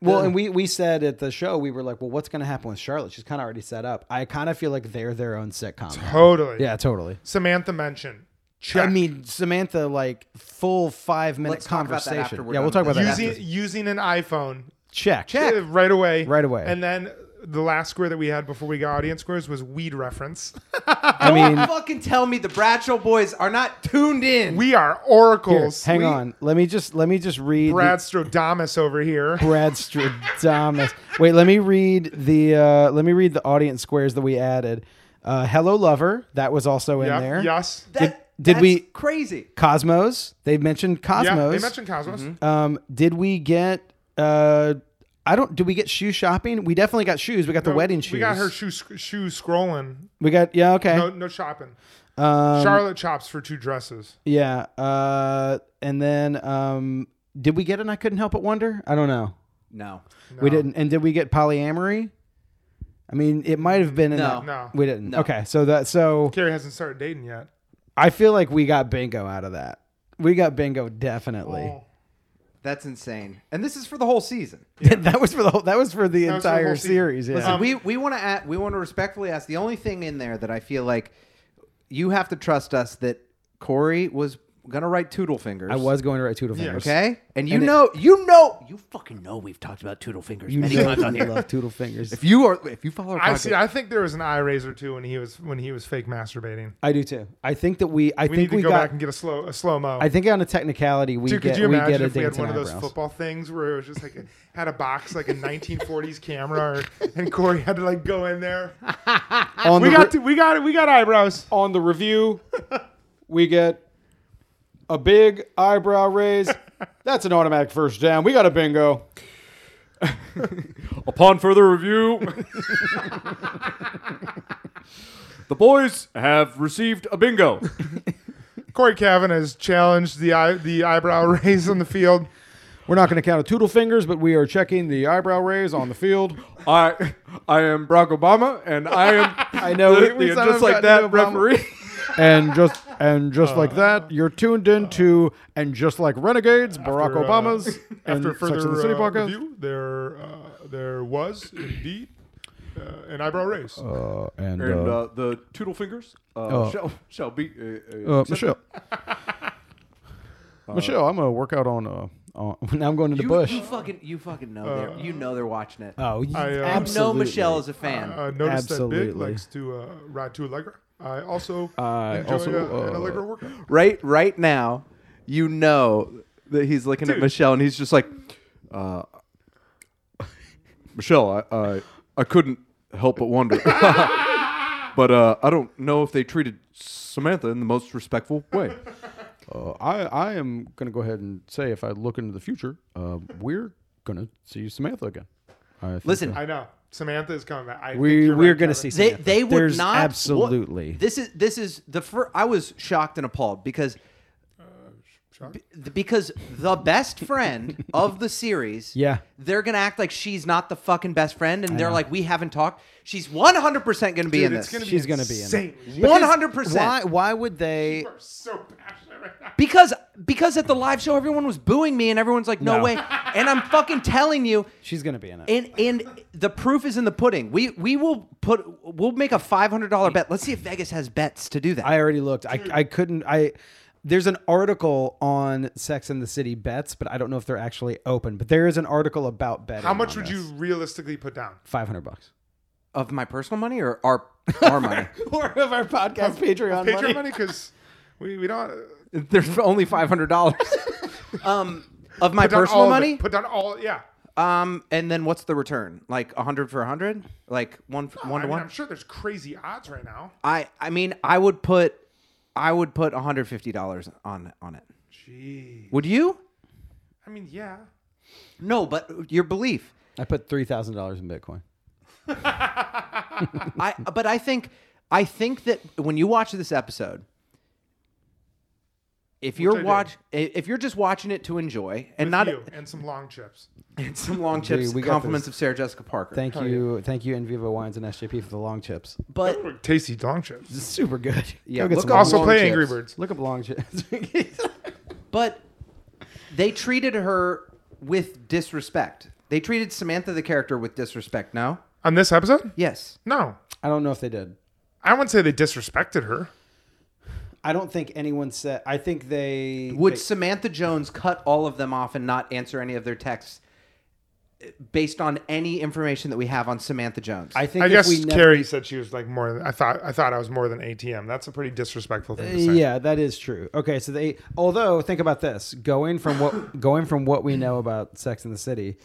Well, and we we said at the show we were like, well, what's going to happen with Charlotte? She's kind of already set up. I kind of feel like they're their own sitcom.
Totally.
*laughs* Yeah, totally.
Samantha mentioned. Check.
I mean, Samantha, like full five minute
Let's talk about that
conversation.
after we're
yeah, we'll
done
talk about that.
with this.
using using an iPhone.
Check.
Uh, Right away.
Right away.
And then the last square that we had before we got audience squares was weed reference.
I mean,
*laughs* Fucking tell me the Bradshaw boys are not tuned in.
We are oracles.
hang
We-
on. Let me just let me just read the-
Brad Strodamus over here.
Brad Stradamus. Wait, let me read the uh, let me read the audience squares that we added. Uh, Hello, lover. That was also in
Yep,
there.
Yes.
Did,
That-
did
that's
we
crazy?
Cosmos? They mentioned Cosmos.
Yeah. They mentioned Cosmos.
Um, did we get? Uh, I don't. Did we get shoe shopping? We definitely got shoes. We got the wedding shoes.
We got her shoe sc- shoe scrolling.
We got yeah. Okay.
No, no shopping.
Um,
Charlotte chops for two dresses.
Yeah. Uh, and then um, did we get an I couldn't help but wonder? I don't know.
No.
We didn't. And did we get polyamory? I mean, it might have been in
No.
that-
No.
We didn't. Okay. So that. So
Carrie hasn't started dating yet.
I feel like we got bingo out of that. We got bingo definitely. *laughs*
Oh.
That's insane. And this is for the whole season.
that was for the whole, that was for
was for the
the
whole
entire
season.
series. Yeah.
Listen, we we want to we want to respectfully ask. The only thing in there that I feel like you have to trust us that Corey was gonna write Toodle Fingers.
I was going to write Toodle Fingers.
*laughs* okay, and you know you know you fucking know we've talked about Toodle Fingers
You
many
know
times
you
on here.
love Toodle Fingers.
If you are if you follow our
I
podcast,
see. I think there was an eye raiser too when he was when he was fake masturbating.
I do too. I think that we. I
We need
think
to
we
go
got.
back and get a slow a slow mo.
I think on a technicality we
Dude,
get
could you
we
imagine
get a
if we had
dance
one of those
eyebrows.
football things where it was just like a, had a box like a 1940s camera, or, and Corey had to like go in there. Oh,
on
We
the
got to, we got we got eyebrows.
on the review, we get a big eyebrow raise. That's an automatic first down. We got a bingo.
Upon further review, the boys have received a bingo.
Corey Cavan has challenged the eye, the eyebrow *laughs* raise on the field.
We're not going to count a toodle fingers, but we are checking the eyebrow raise on the field.
*laughs*
I I am Barack Obama, and I am
I know
the- the just like that
*laughs*
referee.
and just and just
Uh,
like that, you're tuned in to and just like renegades, Barack
After, uh,
Obama's and
After
Sex
further
and the City
uh,
podcast.
review, there uh, there was indeed uh, an eyebrow raise.
Uh, and
And
uh,
uh, the Toodle Fingers uh,
Uh,
shall shall be uh,
uh, *laughs* Michelle, Michelle, I'm gonna work out on. Uh,
*laughs*
on now I'm going to the
you,
bush.
you fucking you fucking know they're you know they're watching it.
*laughs* Oh,
I, uh,
I know Michelle is a fan.
I noticed that Big
Absolutely.
likes to uh, ride to Allegra. I also
I
enjoy
also,
uh, an
uh,
Allegra workout.
right right now, you know that he's looking at Michelle and he's just like,
Michelle, I, I I couldn't help but
*laughs*
wonder. *laughs* but uh, I don't know if they treated Samantha in the most respectful
*laughs*
way.
Uh, I, I am going to go ahead and say if I look into the future, uh, we're going to see Samantha again. I think
"Listen,
I know Samantha is coming back. I think
we
you're
we're
right,
going to see
Kevin.
Samantha.
they, they would
There's
not wa-
absolutely.
this is this is the first. I was shocked and appalled because
Uh,
b- because the best friend of the series.
*laughs* Yeah.
they're gonna act like she's not the fucking best friend, and they're like, we haven't talked. She's one hundred percent gonna be
Dude,
in
it's
this.
gonna be
She's gonna be in
insane.
One hundred percent.
why would they?
We're so passionate right now.
Because because at the live show, everyone was booing me, and everyone's like, no,
No.
way. And I'm fucking telling you.
She's going to be in it.
And and the proof is in the pudding. We we will put we'll make a five hundred dollar bet. Let's see if Vegas has bets to do that.
I already looked. I, I couldn't. I There's an article on Sex and the City bets, but I don't know if they're actually open. But there is an article about betting.
How much
on
would
this.
you realistically put down?
500 bucks.
of my personal money or our our
*laughs*
money?
Or of our podcast Patreon
Patreon money because we, we don't uh,
There's only five
*laughs*
hundred dollars. um, of my
put down
personal
all of it.
money.
Put down all yeah.
um, and then what's the return? Like a hundred for a hundred? Like one f- one
I
to
mean,
one?
I'm sure there's crazy odds right now.
I I mean I would put I would put one hundred fifty dollars on on it.
Gee.
Would you?
I mean, yeah.
No, but your belief.
I put $3,000 in Bitcoin.
I but I think I think that when you watch this episode, if
I
you're
did.
watch if you're just watching it to enjoy and
With
not
you and some long chips.
*laughs* and some long chips,
Dude, we got
compliments
this.
of Sarah Jessica Parker.
Thank you. Thank you, Envivo Wines and SJP for the long chips.
But
Tasty long chips.
Super good.
Yeah,
Go get
look
some
up
long
Also
long
play
chips.
Angry Birds.
Look up long *laughs* chips.
but they treated her with disrespect. They treated Samantha the character with disrespect. No.
On this episode?
Yes.
No.
I don't know if they did.
I wouldn't say they disrespected her.
I don't think anyone said. I think they
Would
they-
Samantha Jones cut all of them off and not answer any of their texts eh, based on any information that we have on Samantha Jones?
I think
I
if
guess
we never,
Carrie said she was like more. Than, I thought I thought I was more than ATM. That's a pretty disrespectful thing to say.
Yeah, that is true. Okay, so they although think about this, going from *laughs* what going from what we know about Sex in the City,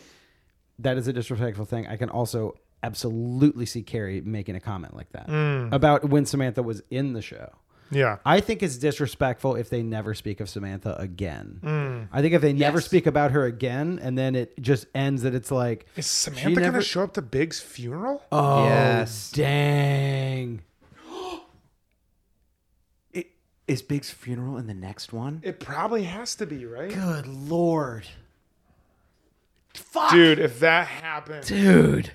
that is a disrespectful thing. I can also absolutely see Carrie making a comment like that about when Samantha was in the show.
Yeah.
I think it's disrespectful if they never speak of Samantha again. I think if they never speak about her again and then it just ends that it's like
Is Samantha
never-
gonna show up to Big's funeral?
oh
Yes.
dang.
I- Is Big's funeral in the next one?
It probably has to be right,
Good lord.
dude. If that happened,
Dude.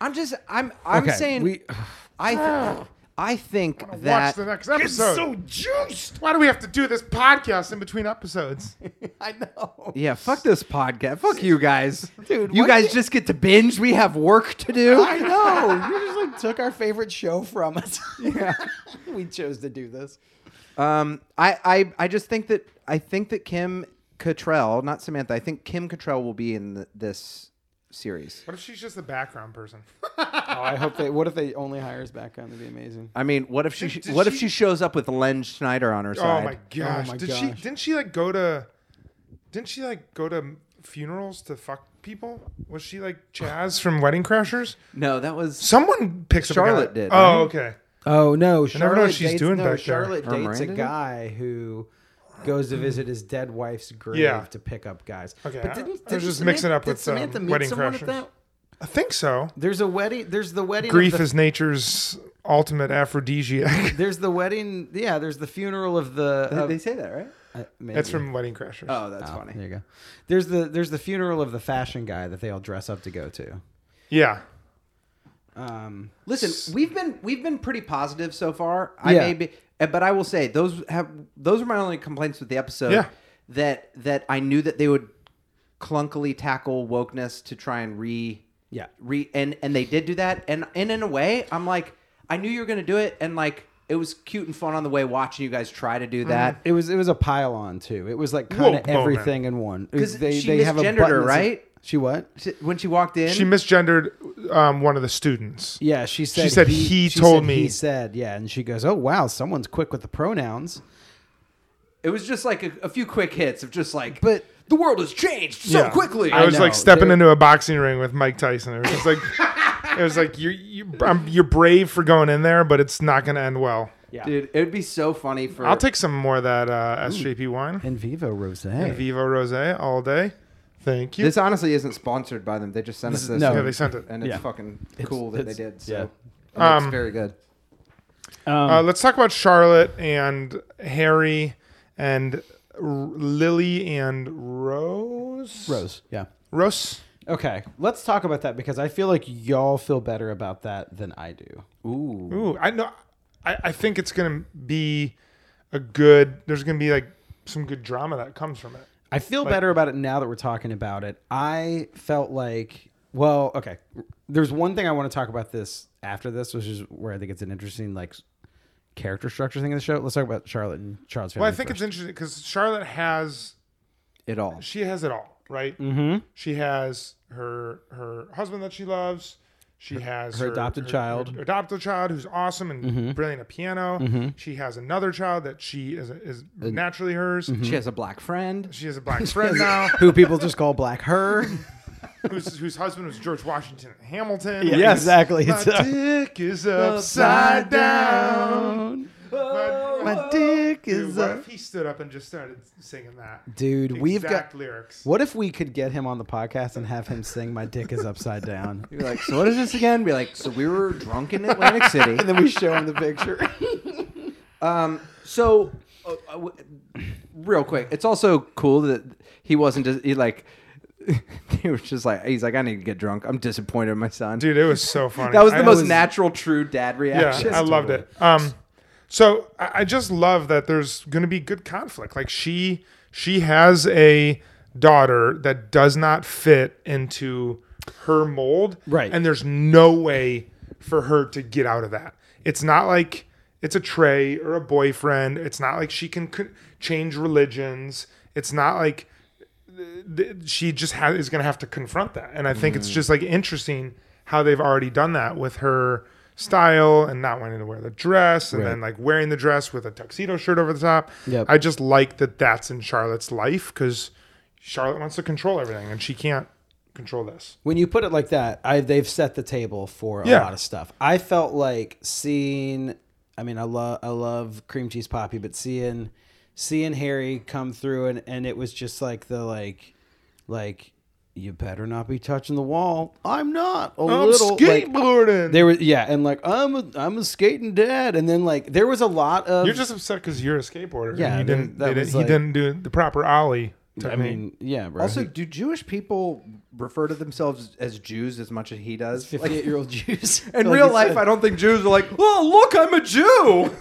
I'm just I'm I'm
Okay,
saying
we-
*sighs* I *sighs* th- I think
watch
that
the next episode. so juiced. Why do we have to do this podcast in between
*laughs*
episodes?
I know.
yeah, fuck this podcast. Fuck
*laughs*
you guys. Dude, you
why
guys
did-
just get to binge. We have work to do.
I know. You just like took our favorite show from us. *laughs* yeah. we chose to do this.
Um, I, I, I just think that I think that Kim Cattrall, not Samantha. I think Kim Cattrall will be in th this series.
What if she's just the background
*laughs*
person?
Oh, I hope they what if they only hire us back on? That'd be amazing.
I mean, what if she?
Did- did
what if
she-
she shows up with Len Schneider on her
Oh
side?
my gosh!
my
Did she?
gosh.
Didn't she like go to? Didn't she like go to funerals to fuck people? Was she like Chaz from Wedding Crashers?
No, that was
Someone picks up a guy.
Charlotte did,
Oh,
right?
okay.
Oh no, Charlotte
never know what she's
dates,
doing
no,
back there.
Charlotte
Or
dates
Miranda
a
did?
guy who goes to visit his dead wife's grave
Yeah.
to pick up guys.
Okay, I-
but didn't,
I was
didn't
just
Samantha,
mixing up
did
with, um,
Samantha meet
Wedding
someone at
Crashers.
that?
I think so.
There's a wedding. There's the wedding. of
Grief
the-
is nature's ultimate aphrodisiac. *laughs*
There's the wedding. Yeah. There's the funeral of the.
They-
Of,
they say that right?
uh, maybe.
That's from Wedding Crashers.
Oh, that's
Oh, There
funny.
you go. There's the there's the funeral of the fashion guy that they all dress up to go to.
Yeah.
Um,
Listen, we've been we've been pretty positive so far. I
Yeah.
may be, eh, but I will say those have those are my only complaints with the episode.
Yeah.
That that I knew that they would clunkily tackle wokeness to try and re
yeah.
re and and they did do that and and in a way i'm like i knew you were gonna do it and like it was cute and fun on the way watching you guys try to
Mm-hmm.
do that
It was it was a pile on too. It was like kind
Woke
of
moment.
everything in one.
'Cause
They
she
they have a
misgendered
button that
her,
says-
right?
She what?
She- when she walked in
She misgendered um, one of the students.
Yeah, she said.
said, "He
she
told
said,
me."
He said, yeah, and she goes, "Oh wow, someone's quick with the pronouns."
it was just like a, a few quick hits of just like
But-
the world has changed so
Yeah.
quickly
I was
know.
like stepping
They're-
into a boxing ring with Mike Tyson. It was
*laughs*
just like, it was like you're you, I'm, you're brave for going in there, but it's not going to end well.
Yeah,
dude it would be so funny for
I'll take some more of that uh, SJP wine,
In vivo rose.
Vivo Rosé, all day. Thank you. Uh,
this honestly isn't sponsored by them they just sent us this
no.
yeah, they sent it.
and it's
Yeah.
fucking cool that they
it's-
did so
yeah.
it's
Um,
very good
Uh, let's talk about Charlotte and Harry and R- Lily and Rose.
Rose. Yeah.
Rose.
Okay, let's talk about that because I feel like y'all feel better about that than I do.
Ooh, I know. I, I think it's gonna be a good. There's gonna be like some good drama that comes from it.
I feel better about it now that we're talking about it. I felt like, well, okay. There's one thing I want to talk about this after this, which is where I think it's an interesting like character structure thing in the show. Let's talk about Charlotte and Charles.
Well, I think it's interesting because Charlotte has
it all
she has it all, Mm-hmm. She has her her husband that she loves. She has
her adopted child.
her adopted child who's awesome and brilliant at piano. She has another child that she is is naturally hers.
she has a black friend
She has a black friend now,
who people just call Black Her.
whose whose husband was George Washington Hamilton.
Yeah, exactly.
My
It's, uh,
dick is upside down. My,
dick
Dude, what if he stood up and just started singing that?
Dude,
Exact
we've got.
lyrics.
What if we could get him on the podcast and have him sing "My Dick Is Upside Down"? *laughs*
you're like so what is this again be like so we were drunk in atlantic city Um,
and then we show him the
*laughs*
picture.
So, uh, uh, w- real quick, it's also cool that he wasn't just, he like *laughs* he was just like he's like I need to get drunk. I'm disappointed in my son.
Dude, it was so funny.
that was the
I-
most natural, true dad
Yeah,
reaction.
I loved it. Um, so I, I just love that there's going to be good conflict. Like she she has a daughter that does not fit into her mold.
Right.
And there's no way for her to get out of that. It's not like it's a Trey or a boyfriend. It's not like she can c- change religions. It's not like th- she just ha- is going to have to confront that. And I think
Mm.
it's just like interesting how they've already done that with her style and not wanting to wear the dress and then like wearing the dress with a tuxedo shirt over the top.
Yep.
I just like that that's in Charlotte's life because Charlotte wants to control everything and she can't control this.
when you put it like that, I they've set the table for a
Yeah.
lot of stuff. I felt like seeing I mean, I love I love cream cheese poppy, but seeing seeing Harry come through and and it was just like the like like you better not be touching the wall. I'm not a
I'm
little like,
skateboarding.
there was yeah, and like I'm a, I'm a skating dad, and then like there was a lot of
you're just upset because you're a skateboarder.
Yeah,
Yeah, and
there-
you didn't,
that
they didn't-
was
he
like-
didn't do the proper ollie.
I
Technique.
mean yeah, bro.
Also, do Jewish people refer to themselves as Jews as much as he does? Like,
58 year old Jews
*laughs*
Like
in real
you
life,
said.
I don't think Jews are like, "Oh, look, I'm a Jew.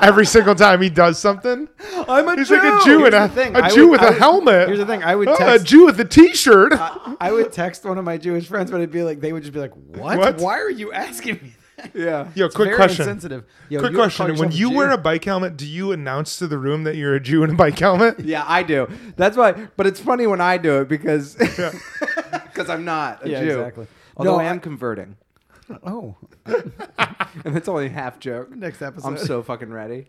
*laughs* every single time he does
*laughs*
something,
I'm a
he's
Jew."
like a Jew in
Here's
a,
the thing,
a
I
Jew
would-
with
I
a
would-
helmet.
here's the thing, I would Uh,
Oh, a
text-
Jew with a T-shirt.
I would text one of my Jewish friends, but it'd be like they would just be like, "What?
What?
Why are you asking me?" That?
Yeah.
Yo,
It's
quick
very
question.
insensitive. Yo,
quick
you would
question.
call
When
yourself a
you
Jew?
wear a bike helmet, do you announce to the room that you're a Jew in a bike
*laughs*
helmet?
Yeah, I do. That's why. But it's funny when I do it because *laughs* because I'm not a
Yeah,
Jew.
exactly.
Although
No,
I am
I-
converting, *laughs*
oh,
and it's only a half joke.
Next
I'm
episode.
so fucking ready.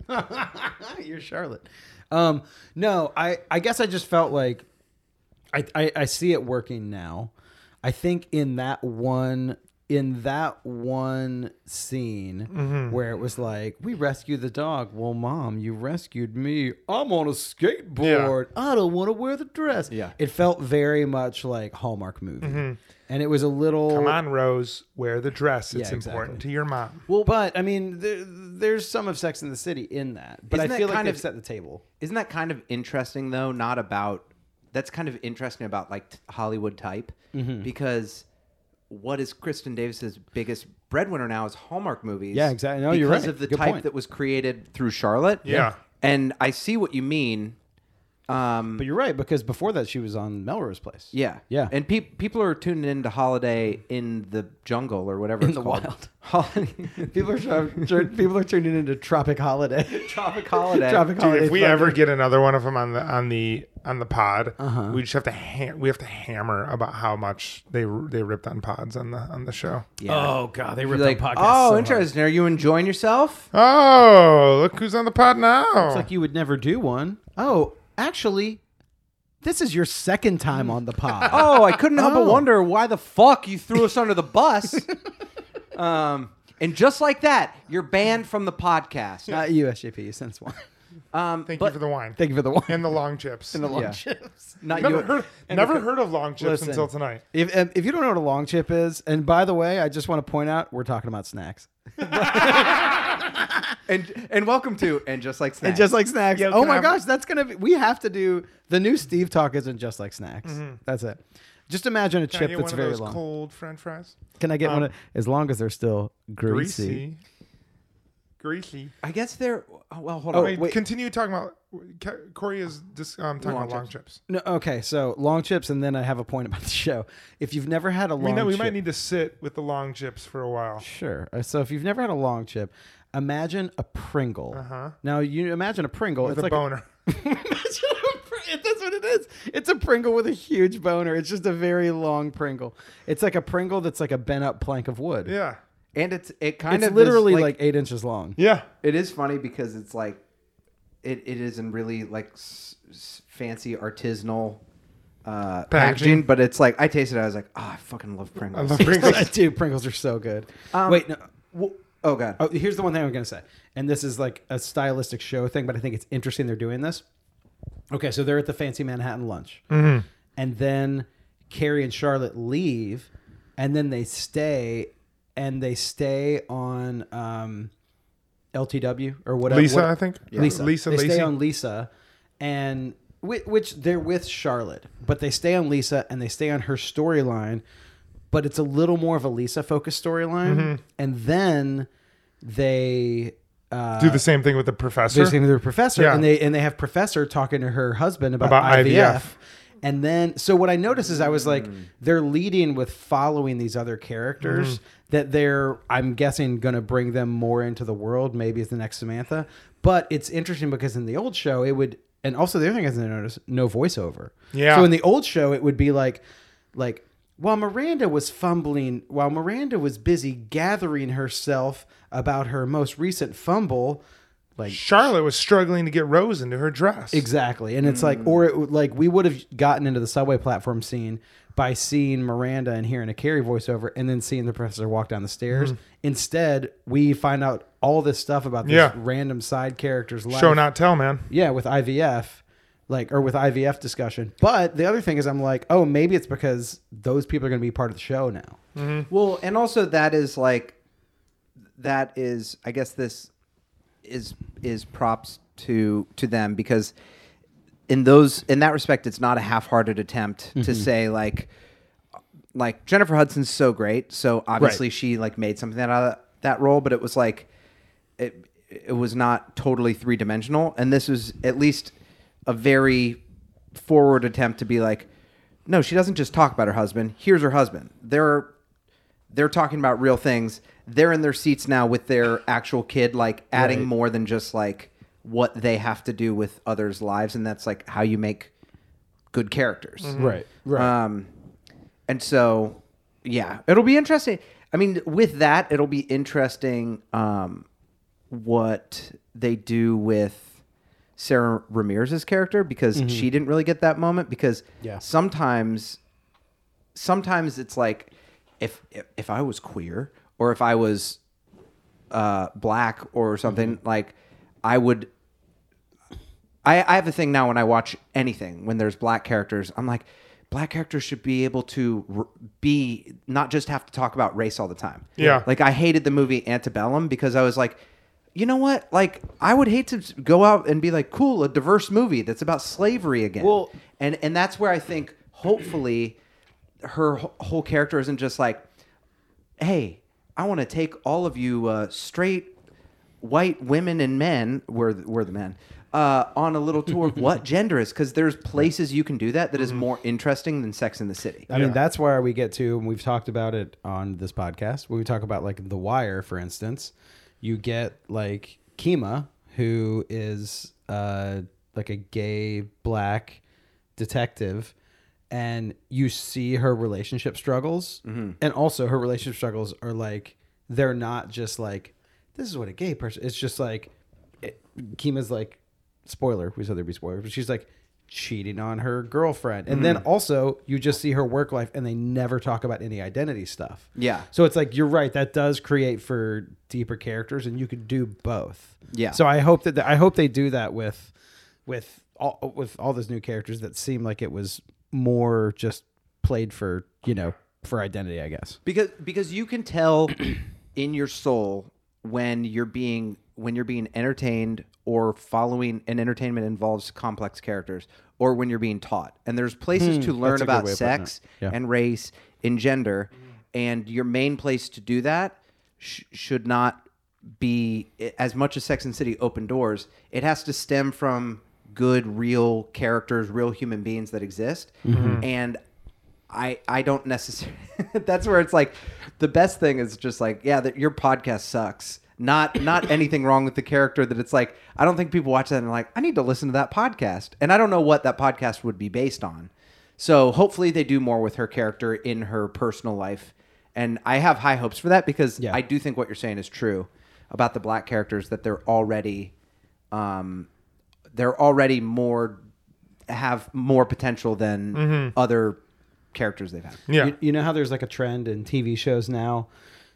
*laughs* you're Charlotte. Um, no, I I guess I just felt like I, I I see it working now. I think in that one in that one scene
Mm-hmm.
where it was like we rescued the dog well mom you rescued me i'm on a skateboard i don't want to wear the dress
Yeah. Mm-hmm.
it felt very much like hallmark movie and it was a little
Come on, Rose, wear the dress. It's
Yeah,
important
exactly.
to your mom.
well but i mean there, there's some of sex in the city in that but
Isn't
i
that
feel like
kind
they've
of-
set the table
Isn't that kind of interesting though? Not about that's kind of interesting about like t- Hollywood type
Mm-hmm.
because what is Kristen Davis's biggest breadwinner now is Hallmark movies.
Yeah, exactly. No,
because
you're right.
of the
Good
type
point.
that was created through Charlotte.
Yeah.
and I see what you mean. Um,
But you're right because before that she was on Melrose Place.
Yeah,
yeah.
And pe- people are tuning into Holiday in the Jungle or whatever in it's
the
called. *laughs*
wild.
Holiday.
*laughs* people are people are tuning into Tropic Holiday. *laughs* Tropic
Holiday.
Tropic
Dude,
Dude,
Holiday.
if we
fucking-
ever get another one of them on the on the on the pod,
Uh-huh.
we just have to ha- we have to hammer about how much they they ripped on pods on the on the show.
Oh god, they
You're
ripped
like,
the podcast.
oh,
so hard."
interesting. Are you enjoying yourself?
Oh, look who's on the pod now!
it's like you would never do one. Oh, actually, this is your second time on the *laughs* pod.
Oh, I couldn't help but
Oh.
wonder why the fuck you threw us under the bus. *laughs* um, and just like that, you're banned from the podcast.
Not you, SJP. Since one.
Um,
Thank
but
you for the wine
*laughs* Thank you for the one.
and the long chips. And the
Yeah.
chips.
not
never
you.
heard never heard of long chips
Listen.
until tonight.
If um, if you don't know what a long chip is, and by the way, I just want to point out we're talking about snacks.
And and welcome to and just like snacks.
And just like snacks.
Yo,
oh
can
my
I-
gosh, that's gonna be. We have to do the new Steve talk. Isn't just like snacks. That's it. Just imagine a
Mm-hmm. Can I
chip
get
that's
one
very
of those
long.
cold French fries.
Can I get one? Of, as long as they're still greasy.
Um, Greasy, greasy.
I guess they're. Oh, well, hold
Oh,
on.
Wait,
wait.
continue talking about. Ca- Corey is just um, talking
Long
about long chips.
No, okay. So long chips, and then I have a point about the show. If you've never had a long,
We know we
chip,
might need to sit with the long chips for a while.
Sure. Uh, So if you've never had a long chip, imagine a Pringle. Uh-huh. Now you imagine a Pringle.
With
it's
a
like
boner.
*laughs* Imagine a Pr- That's what it is. It's a Pringle with a huge boner. It's just a very long Pringle. It's like a Pringle that's like a bent up plank of wood.
yeah.
And it's it kind
It's
of is
literally like, eight inches long.
Yeah.
it is funny because it's like it, it isn't really like s- s- fancy artisanal uh, packaging.
Packaging.
but it's like I tasted it. I was like, oh, I fucking love Pringles.
I love Pringles.
*laughs* Dude, Pringles are so good. Wait, no.
Well, oh god,
Oh, here's the one thing I'm going to say. And this is like a stylistic show thing, but I think it's interesting they're doing this. Okay, so they're at the fancy Manhattan lunch.
Mm-hmm.
And then Carrie and Charlotte leave, and then they stay, and they stay on um, LTW or
*laughs*
whatever.
Lisa,
what-
I think. Yeah.
Lisa.
Lisa,
They stay
Lacey.
on Lisa, and which, which they're with Charlotte, but they stay on Lisa and they stay on her storyline, but it's a little more of a Lisa focused storyline.
Mm-hmm.
And then they uh,
Do the same thing with the professor.
they're seeing their professor,
Yeah.
and they and they have professor talking to her husband about,
About
IVF.
IVF.
And then, so what I noticed is I was like, they're leading with following these other characters
Mm-hmm.
that they're, I'm guessing, going to bring them more into the world. Maybe it's the next Samantha. But it's interesting because in the old show, it would, and also the other thing I noticed, no voiceover.
Yeah.
So in the old show, it would be like, like, while Miranda was fumbling, while Miranda was busy gathering herself about her most recent fumble, like
Charlotte was struggling to get Rose into her dress.
Exactly. And it's like, or it would, like we would have gotten into the subway platform scene by seeing Miranda and hearing a Carrie voiceover and then seeing the professor walk down the stairs. Instead, we find out all this stuff about this
Yeah.
random side character's life.
Show not tell, man.
Yeah, with IVF, like, or with IVF discussion. But the other thing is, I'm like, oh, maybe it's because those people are going to be part of the show now.
Well, and also that is like that is I guess this is is props to to them because in those in that respect it's not a half-hearted attempt to say like like Jennifer Hudson's so great, so obviously she like made something out of that role, but it was like it it was not totally three dimensional, and this was at least a very forward attempt to be like, no, she doesn't just talk about her husband. Here's her husband. They're they're talking about real things. They're in their seats now with their actual kid, like adding more than just like what they have to do with others' lives, and that's like how you make good characters,
Right. Right.
um, and so, yeah, it'll be interesting. I mean, with that, it'll be interesting um, what they do with Sarah Ramirez's character because she didn't really get that moment because
Yeah.
sometimes, sometimes it's like if if, if I was queer or if I was uh, black or something like I would I, I have a thing now when I watch anything when there's black characters, I'm like, black characters should be able to r- be not just have to talk about race all the time.
Yeah.
Like I hated the movie Antebellum because I was like, you know what? Like I would hate to s- go out and be like, cool, a diverse movie that's about slavery again.
Well-
and and that's where I think hopefully her wh- whole character isn't just like hey, I want to take all of you uh, straight white women and men, we're, the- we're the men, uh, on a little tour
*laughs*
of what gender is, because there's places you can do that that is more interesting than Sex in the City.
Mm-hmm. I mean, that's where we get to, and we've talked about it on this podcast. When we talk about like The Wire, for instance, you get like Kima, who is uh, like a gay black detective, and you see her relationship struggles, and also her relationship struggles are like they're not just like this is what a gay person. It's just like it, Kima's like spoiler. We said there'd be spoilers, but she's like cheating on her girlfriend, and then also you just see her work life, and they never talk about any identity stuff.
Yeah.
So it's like you're right. That does create for deeper characters, and you could do both.
Yeah.
So I hope that I hope they do that with with all with all those new characters that seem like it was more just played for you know for identity, I guess.
because because you can tell *clears throat* in your soul when you're being when you're being entertained or following an entertainment involves complex characters or when you're being taught and there's places to learn
Hmm, a good
about
way of putting
sex
it. Yeah.
and race and gender and your main place to do that sh- should not be as much as sex and city open doors it has to stem from good real characters real human beings that exist and I I don't necessarily. *laughs* that's where it's like the best thing is just like yeah, that your podcast sucks. Not not anything wrong with the character. That it's like I don't think people watch that and are like I need to listen to that podcast, and I don't know what that podcast would be based on. So hopefully they do more with her character in her personal life, and I have high hopes for that because
Yeah.
I do think what you're saying is true about the black characters that they're already, um, they're already more have more potential than
Mm-hmm.
other characters they've had.
Yeah.
You, you know how there's like a trend in TV shows now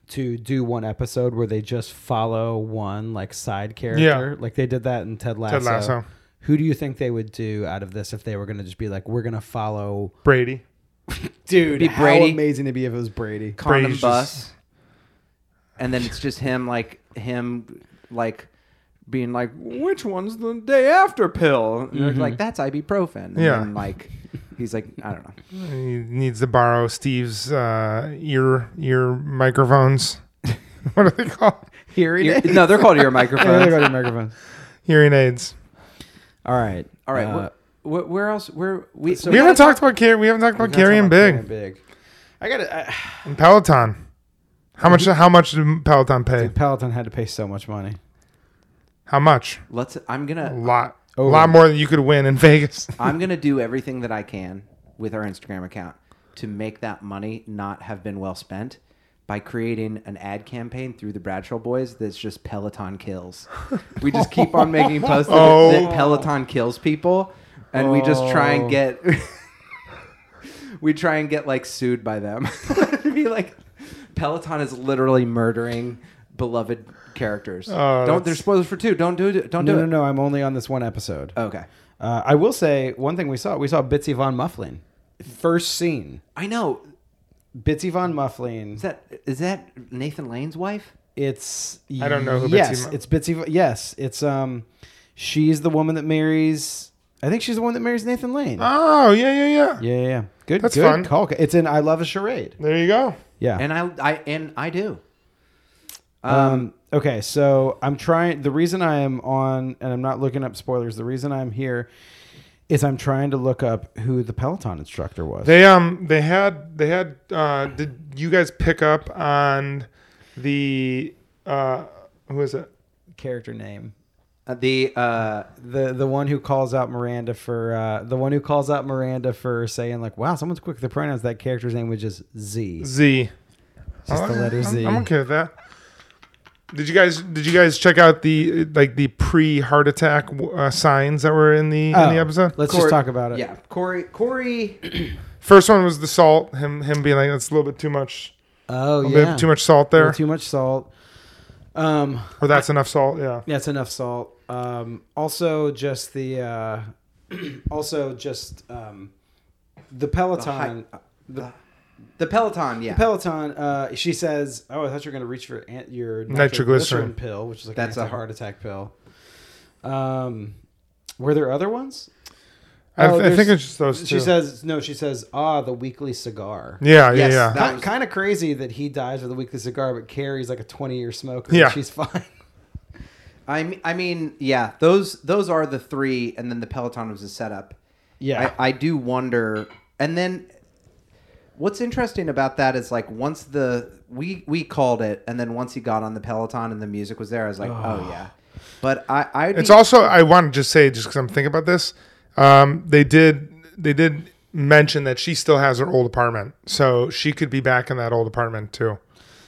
to do one episode where they just follow one like side character. Like they did that in Ted Lasso.
Lasso.
Who do you think they would do out of this if they were going to just be like, we're going to follow
Brady.
dude?
Be Brady.
How amazing to be if it was Brady. *laughs*
Condom
Brady's
bus,
just-
and then it's just him, like him, like being like, which one's the day after pill? And they're like that's ibuprofen. And
Mm-hmm. Yeah.
then, like he's like, I don't know.
He needs to borrow Steve's uh, ear ear microphones. *laughs* what are they called?
Hearing *laughs*
Ear- no, *laughs* they're called ear
There they
microphones.
go, the microphone.
Hearing aids.
All right.
All right,
Uh,
what- Wh- where else? Where we?
So
We
we
haven't talked about Carrie. We haven't talked about Carrie and Big
Big. I got to.
and Peloton. How much? How much did Peloton pay?
Peloton had to pay so much money.
How much?
let's. I'm
A
gonna.
lot.
Oh.
A lot more than you could win in *laughs* Vegas.
I'm gonna do everything that I can with our Instagram account to make that money not have been well spent by creating an ad campaign through the Bradshaw Boys that's just
*laughs*
Peloton kills. We just keep on making posts that,
Oh.
that Peloton kills people, and we just try and get. *laughs* we try and get like sued by them. *laughs* Be like, Peloton is literally murdering beloved characters. don't. There's spoilers for two. Don't do it. Don't
Oh, No,
do
no,
it.
no. I'm only on this one episode.
Okay.
Uh, I will say one thing we saw. We saw Bitsy Von Mufflin. First scene.
I know.
Bitsy Von Mufflin.
Is that is that Nathan Lane's wife?
It's
I don't know who Bitsy
yes,
Mo-
it's Bitsy. Vo- Yes, it's um, she's the woman that marries. I think she's the one that marries Nathan Lane.
Oh yeah, yeah, yeah.
yeah, yeah, yeah. Good,
That's
good
fun.
call. It's in I Love a Charade.
There you go.
Yeah.
And I, I and I do.
Um, okay, so I'm trying. The reason I am on, and I'm not looking up spoilers. The reason I'm here is I'm trying to look up who the Peloton instructor was.
They um they had they had uh did you guys pick up on the uh who is it?
Character name.
Uh, the uh,
The the one who calls out Miranda for uh, the one who calls out Miranda for saying like, "Wow, someone's quick with the pronouns." That character's name was just Z.
Z.
Just the letter Z.
Oh, I'm okay with that. Did you guys did you guys check out the like the pre heart attack uh, signs that were in the in
Oh,
the episode?
Let's
Cor-
just talk about it.
yeah, Corey. Corey.
First one was the salt. Him him being like that's a little bit too much.
Oh
A
yeah.
bit too much salt there,
Too much salt. Um.
or that's enough salt. Yeah.
That's enough salt. Um, also, just the uh, *clears throat* also just um, the Peloton.
The Peloton. Yeah.
Peloton. Uh, she says, "Oh, I thought you were going to reach for an- your
Nitroglycerin.
nitroglycerin pill, which is like
That's
that's
a
a heart attack pill." Um, were there other ones?
I,
Oh,
th- I think
there's-
it's just those two.
She says, "No." She says, "Ah, the weekly cigar."
yeah, yeah,
Yes,
yeah.
that- was-
Kind of crazy that he dies with a weekly cigar, but Carrie's like a twenty-year smoker. and
Yeah.
she's fine.
I m- I mean, yeah. Those those are the three, and then the Peloton was a setup.
Yeah.
I, I do wonder. And then, what's interesting about that is like once the we we called it, and then once he got on the Peloton and the music was there, I was
*sighs*
like, oh, yeah. But I I
It's also I want to just say just because I'm thinking about this, um, they did they did mention that she still has her old apartment, so she could be back in that old apartment too,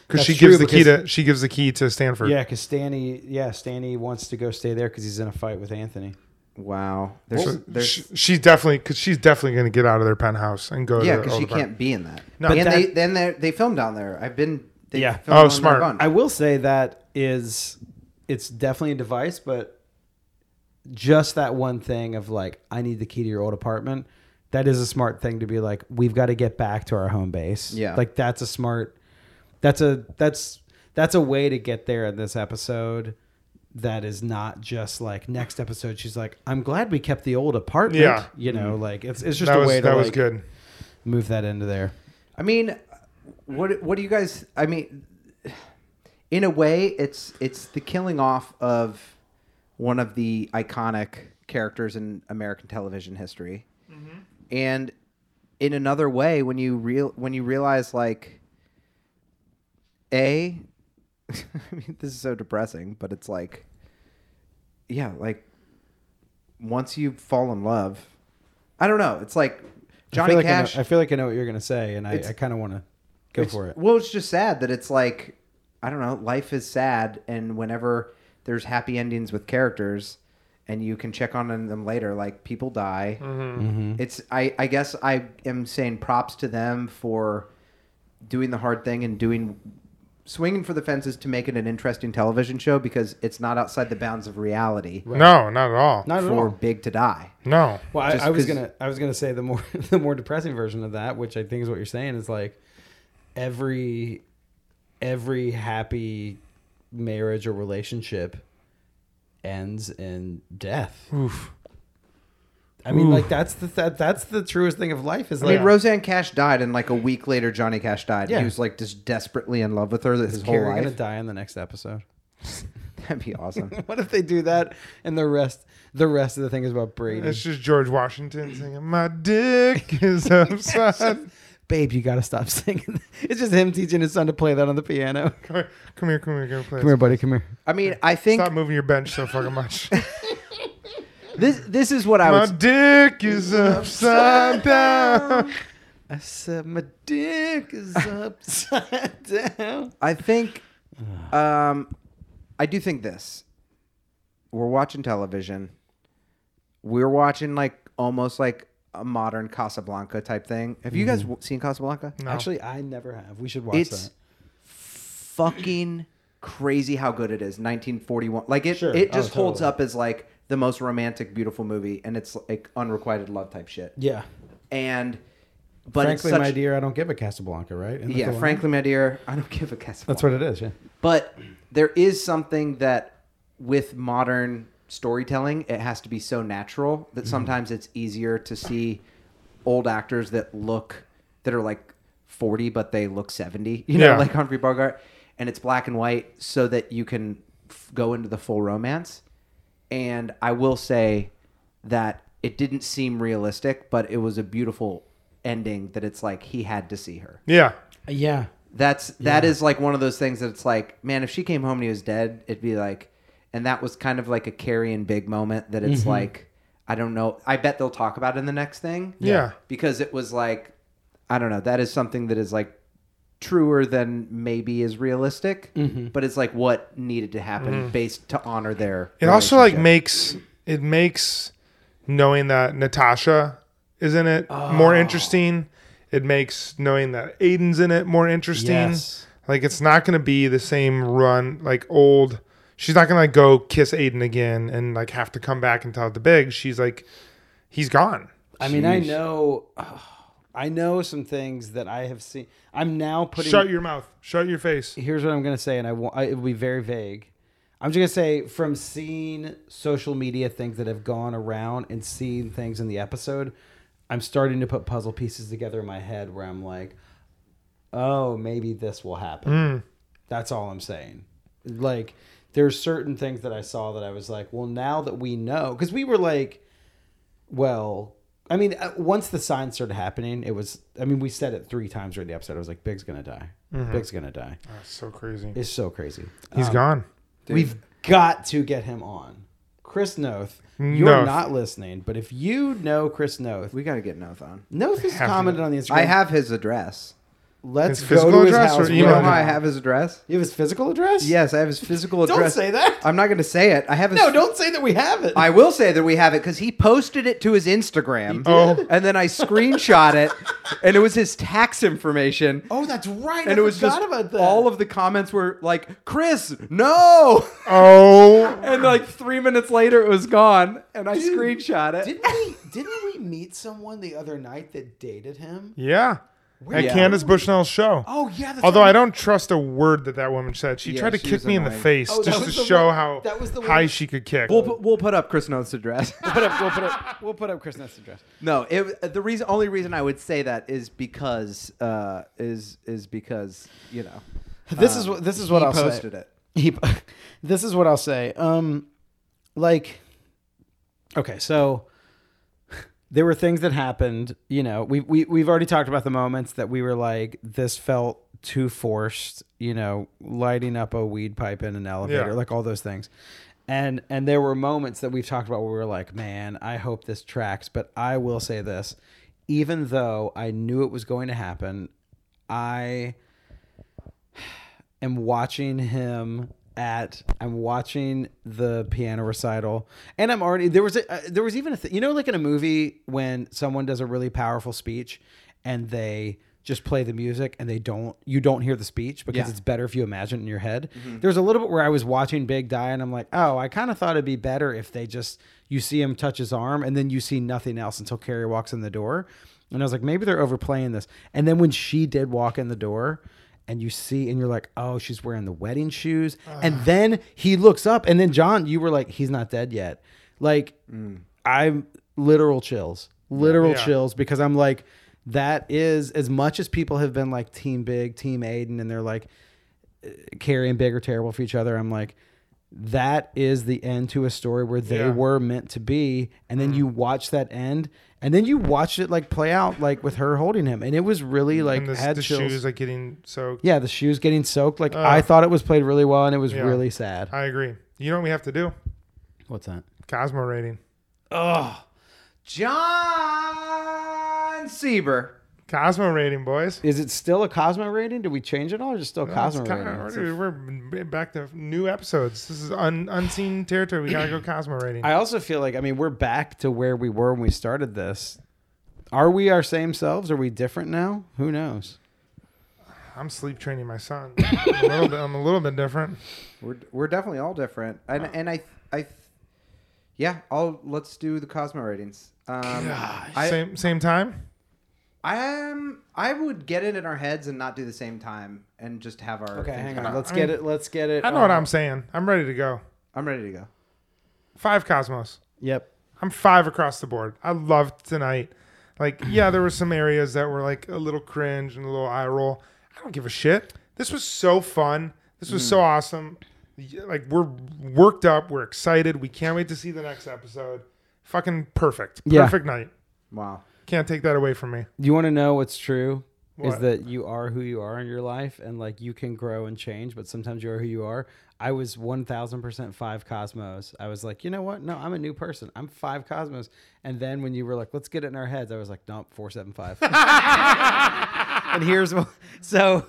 because she
That's true,
gives the key to she gives the key to Stanford.
*laughs* Yeah, because Stanny, yeah, Stanny wants to go stay there because he's in a fight with Anthony.
wow. There's
So
there's
Oh, she, she's definitely because she's definitely going to get out of their penthouse and go.
yeah
to their
because
old
she
apartment.
can't be in that.
No.
and
But
they
that-
then they they filmed down there. I've been they
Yeah.
filmed
Oh,
on their
smart.
run.
I will say that is, it's definitely a device, but just that one thing of like, I need the key to your old apartment. That is a smart thing to be like, we've got to get back to our home base.
Yeah.
like that's a smart. That's a that's that's a way to get there in this episode. That is not just like next episode. She's like, I'm glad we kept the old apartment.
Yeah. Mm-hmm.
you know, like it's it's just
That
a
was
way to
that was
like,
good.
move that into there.
I mean, what what do you guys? I mean, in a way, it's it's the killing off of one of the iconic characters in American television history, and in another way, when you real when you realize like, a, *laughs* I mean, this is so depressing, but it's like, yeah, like once you fall in love, I don't know. It's like Johnny
I feel like
Cash.
I know, I feel like I know what you're gonna say, and I,
It's-
I kind of want to go for it.
Well, it's just sad that it's like I don't know. Life is sad, and whenever there's happy endings with characters, and you can check on them later, like people die.
Mm-hmm.
It's I I guess I am saying props to them for doing the hard thing and doing swinging for the fences to make it an interesting television show because it's not outside the bounds of reality
No, not at all.
Not at
for
all.
big to die.
no.
Well, I,
just
I was
'cause-
gonna I was gonna say the more *laughs* the more depressing version of that, which I think is what you're saying, is like every every happy marriage or relationship ends in death. Oof. I mean, like that's the that, that's the truest thing of life is
I mean,
like
Roseanne Cash died, and like a week later, Johnny Cash died.
Oh, Yeah.
He was like just desperately in love with her his whole
Carrie
life. *laughs*
gonna die in the next episode.
That'd be awesome.
*laughs* What if they do that and the rest the rest of the thing is about Brady?
It's just George Washington singing, "My dick is upside."
Babe, you gotta stop *laughs* singing. It's just him teaching his son to play that on the piano.
come here, come here, come here, come here.
Come here, buddy. Come here.
I mean, I think
Stop moving your bench so fucking much.
this this is what I
My
would
dick is upside down.
I said my dick is *laughs* upside down.
I think, um, I do think this. We're watching television. We're watching like almost like a modern Casablanca type thing. Have you guys
Mm-hmm.
w- seen Casablanca?
No.
Actually, I never have. We should watch
It's
that.
fucking crazy how good it is. 1941. Like it,
Sure.
it
Oh,
just holds
totally.
up as like the most romantic, beautiful movie, and it's like unrequited love type shit.
Yeah.
And, but
frankly,
it's such,
my dear, I don't give a Casablanca, right? Isn't that the
yeah,
line?
frankly, my dear, I don't give a Casablanca.
That's what it is. Yeah.
But there is something that with modern storytelling, it has to be so natural that sometimes it's easier to see old actors that look that are like 40 but they look 70, *laughs* you know,
Yeah.
like Humphrey Bogart and it's black and white so that you can f- go into the full romance. And I will say that it didn't seem realistic, but it was a beautiful ending that it's like he had to see her.
Yeah.
Yeah.
That's that is like one of those things that it's like, man, if she came home and he was dead, it'd be like, and that was kind of like a Carrie and Big moment that
Mm-hmm.
it's like, I don't know. I bet they'll talk about it in the next thing.
Yeah.
because it was like, I don't know. That is something that is like truer than maybe is realistic,
Mm-hmm.
but it's like what needed to happen based to honor their.
It also like
relationship.
makes it makes knowing that Natasha is in it more interesting. It makes knowing that Aiden's in it more interesting.
Yes.
Like it's not going to be the same run like old. She's not going to like go kiss Aiden again and like have to come back and tell the big. She's like he's gone.
I mean, I know. *sighs* I know some things that I have seen. I'm now putting.
Shut your mouth. Shut your face.
here's what I'm gonna say, and I, wa- I it will be very vague. I'm just gonna say from seeing social media things that have gone around and seeing things in the episode, I'm starting to put puzzle pieces together in my head where I'm like, oh, maybe this will happen. That's all I'm saying. Like there's certain things that I saw that I was like, well, now that we know, because we were like, well. I mean, uh, once the signs started happening, it was. I mean, we said it three times during the episode. I was like, "Big's gonna die. Big's gonna die."
That's so crazy.
It's so crazy.
He's gone.
We've got to get him on. Chris Noth, you're
Noth.
not listening, but if you know Chris Noth,
we got to get Noth on.
Noth has commented on the Instagram.
I have his address.
Let's
His
go
physical
to his
address
house.
or
We
You know
email?
don't
how I
have-
have his address?
You have his physical address?
Yes, I have his physical
Don't
address.
say that.
I'm not going to say it. I have his
No, don't say that we have it.
I will say that we have it because he posted it to his Instagram.
Oh.
And then I screenshot it, and it was his tax information.
oh, that's right. I
and it was
forgot
just
about that.
all of the comments were like, Chris,
*laughs*
no.
Oh,
and like three minutes later, it was gone, and I screenshot it.
Didn't we? Didn't we meet someone the other night that dated him?
yeah. At
Yeah.
Candace Bushnell's show.
Oh yeah. That's
Although
right.
I don't trust a word that that woman said. She
Yeah,
tried to
she
kick
was
me in the
annoying.
face
Oh, that
just to
was the
show
one-
how
that was the one-
high she could kick.
We'll, pu- we'll put up Chris
*laughs*
Noth's address. *laughs*
Put up, we'll put *laughs* up. We'll put up Chris Noth's address.
no, it, the reason, only reason I would say that is because, uh, is is because you know,
This is what. This is what
he
I'll
posted
say.
it.
*laughs* he this is what i'll say um like okay so there were things that happened you know we, we we've already talked about the moments that we were like this felt too forced you know lighting up a weed pipe in an elevator
Yeah.
like all those things and and there were moments that we've talked about where we were like man i hope this tracks but i will say this even though i knew it was going to happen i *sighs* am watching him at I'm watching the piano recital and I'm already there was a uh, there was even a th- you know like in a movie when someone does a really powerful speech and they just play the music and they don't you don't hear the speech because it's better if you imagine it in your head. There's a little bit where I was watching Big Die and I'm like, "Oh, I kind of thought it'd be better if they just you see him touch his arm and then you see nothing else until Carrie walks in the door." And I was like, "Maybe they're overplaying this." And then when she did walk in the door, and you see and you're like oh she's wearing the wedding shoes and then he looks up and then john you were like he's not dead yet like i'm literal chills literal
Yeah.
chills because i'm like that is as much as people have been uh, like team big team aiden and they're like carrie and big are terrible for each other i'm like that is the end to a story where they
Yeah. Mm-hmm.
were meant to be and then you watch that end and then you watched it like play out like with her holding him and it was really like
and this,
had
the
chills.
shoes like getting soaked.
yeah the shoes getting soaked like i thought it was played really well and it was
Yeah.
really sad
I agree. You know what we have to do?
what's that
Cosmo rating.
John Sieber.
Cosmo rating, boys.
is it still a cosmo rating did we change it all or is it still cosmo
It's kinda-
rating It's a-
we're, we're back to new episodes. This is un, unseen territory. We gotta go Cosmo rating.
I also feel like I mean we're back to where we were when we started this. Are we our same selves? Are we different now? Who knows?
I'm sleep training my son. I'm a little bit, I'm a little bit different.
We're we're definitely all different, and and I I yeah. I'll let's do the Cosmo ratings. Um, I
same same time.
I'm I would get it in our heads and not do the same time and just have our
Okay,
things
hang
come
on.
out.
Let's
I
get
mean,
it. Let's get it.
I know
uh,
what I'm saying. I'm ready to go.
I'm ready to go.
Five Cosmos.
Yep.
I'm five across the board. I loved tonight. Like, yeah, there were some areas that were like a little cringe and a little eye roll. I don't give a shit. This was so fun. This was
Mm.
so awesome. Yeah, Like, we're worked up. We're excited. We can't wait to see the next episode. Fucking perfect.
Yeah.
Perfect night.
Wow.
Can't take that away from me.
You want to know what's true? is
What?
that you are who you are in your life and like you can grow and change, but sometimes you are who you are. I was 1000% five cosmos. I was like, you know what? No, I'm a new person. I'm five cosmos. And then when you were like, let's get it in our heads, I was like, nope,
*laughs*
475. and here's wh- so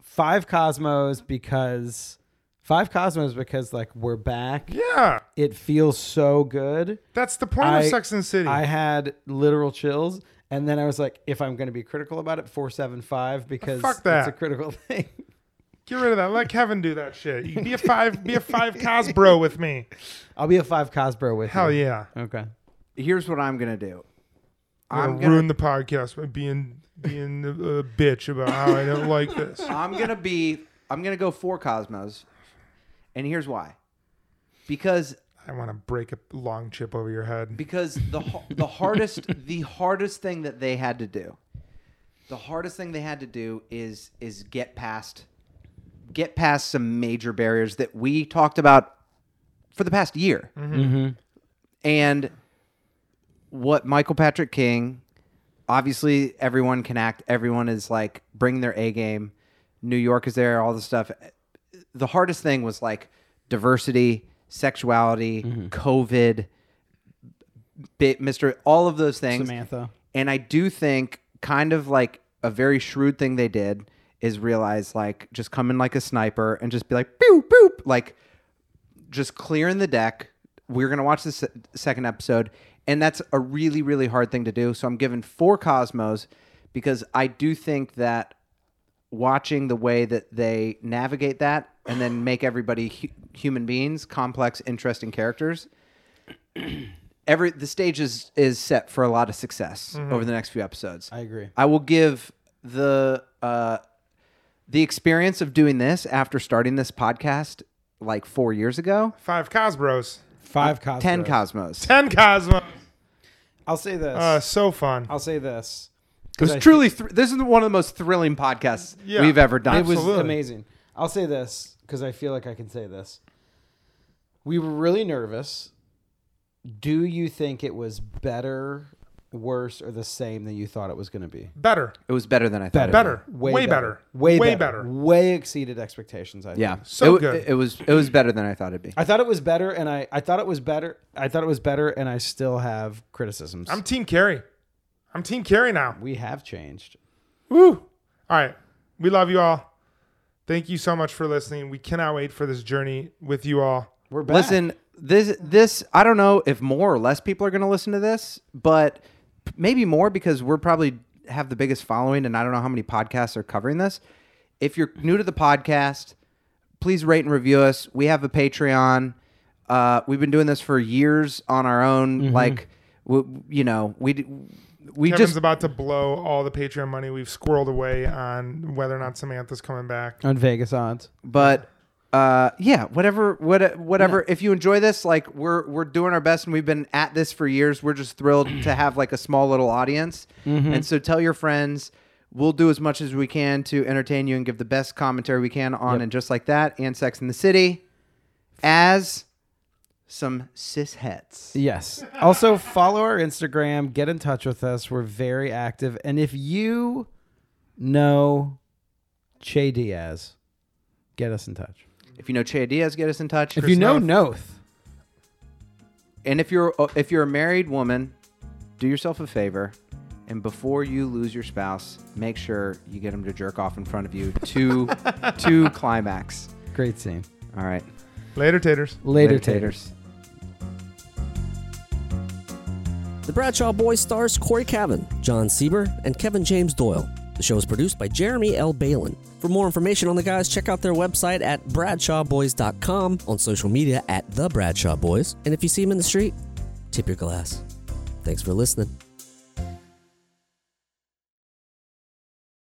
five cosmos because five cosmos because like we're back.
Yeah.
It feels so good.
That's the point of Sex and the City.
I had literal chills, and then I was like, if I'm going to be critical about it, four seven five because
Fuck
it's
that.
a critical *laughs* thing.
Get rid of that. Let Kevin do that shit. You
*laughs*
be a five, be a five Cosbro with me.
I'll be a five Cosbro with
Hell
you.
yeah.
Okay.
Here's what I'm gonna do.
I'm
I'm
gonna
gonna
ruin the podcast by being being a a bitch about how I don't like *laughs* this.
I'm gonna be I'm gonna go four Cosmos, and here's why. Because
I want to break a long chip over your head.
because the ha- the hardest the hardest thing that they had to do the hardest thing they had to do is is get past get past some major barriers that we talked about for the past year Mm-hmm. and what michael patrick king obviously everyone can act everyone is like bringing their a game new york is there all the stuff the hardest thing was like diversity sexuality covid bit mr all of those things
Samantha.
and I do think kind of like a very shrewd thing they did is realize like just come in like a sniper and just be like boop boop like just clearing the deck. We're gonna watch the se- second episode, and that's a really really hard thing to do. So I'm giving four Cosmos because I do think that watching the way that they navigate that and then make everybody hu- human beings, complex, interesting characters. *clears throat* Every the stage is is set for a lot of success over the next few episodes.
I agree.
Mm-hmm. I will give the uh, the experience of doing this after starting this podcast like four years ago.
Five Cosbros,
Five Cosbro.
Ten Cosmos. *laughs*
ten Cosmos.
I'll say this.
Uh, so fun.
I'll say this.
It was truly. Thr- this is one of the most thrilling podcasts
Yeah.
we've ever done.
It was- Absolutely.
amazing. I'll say this because I feel like I can say this. We were really nervous. Do you think it was better, worse, or the same than you thought it was going to be?
Better,
It was better than I thought. It
better, way, better,
way, better,
better.
way exceeded expectations. I
would. Yeah.
think.
So
it, wa-
good.
It, was. It was better than I thought it'd be.
I thought it was better, and I, I thought it was better. I thought it was better, and I still have criticisms.
I'm Team Carrie. I'm Team Carrie now.
we have changed.
Woo! All right, we love you all. Thank you so much for listening. We cannot wait for this journey with you all.
We're back.
Listen, this this I don't know if more or less people are going to listen to this, but p- maybe more because we're probably have the biggest following, and I don't know how many podcasts are covering this. If you're new to the podcast, please rate and review us. We have a Patreon. Uh, we've been doing this for years on our own.
Mm-hmm.
Like, w- you know, we d- we
Kevin's
just
about to blow all the Patreon money we've squirreled away on whether or not Samantha's coming back.
on Vegas odds.
but uh yeah whatever what whatever if you enjoy this like we're we're doing our best and we've been at this for years we're just thrilled to have like a small little audience and so tell your friends we'll do as much as we can to entertain you and give the best commentary we can on and just like that and sex in the city as some cis hets.
Yes. Also, follow our Instagram. Get in touch with us. We're very active. And if you know Che Diaz, get us in touch.
If you know Che Diaz, get us in touch.
If you know Noth,
and if you're uh, if you're a married woman, do yourself a favor, and before you lose your spouse, make sure you get him to jerk off in front of you
*laughs*
to to climax.
great scene.
All right,
Later, taters.
Later,
Later,
taters.
taters.
The Bradshaw Boys stars Corey Cavan, John Sieber, and Kevin James Doyle. The show is produced by Jeremy L. Balin. For more information on the guys, check out their website at bradshawboys.com, on social media at The Bradshaw Boys, and if you see them in the street, tip your glass. Thanks for listening.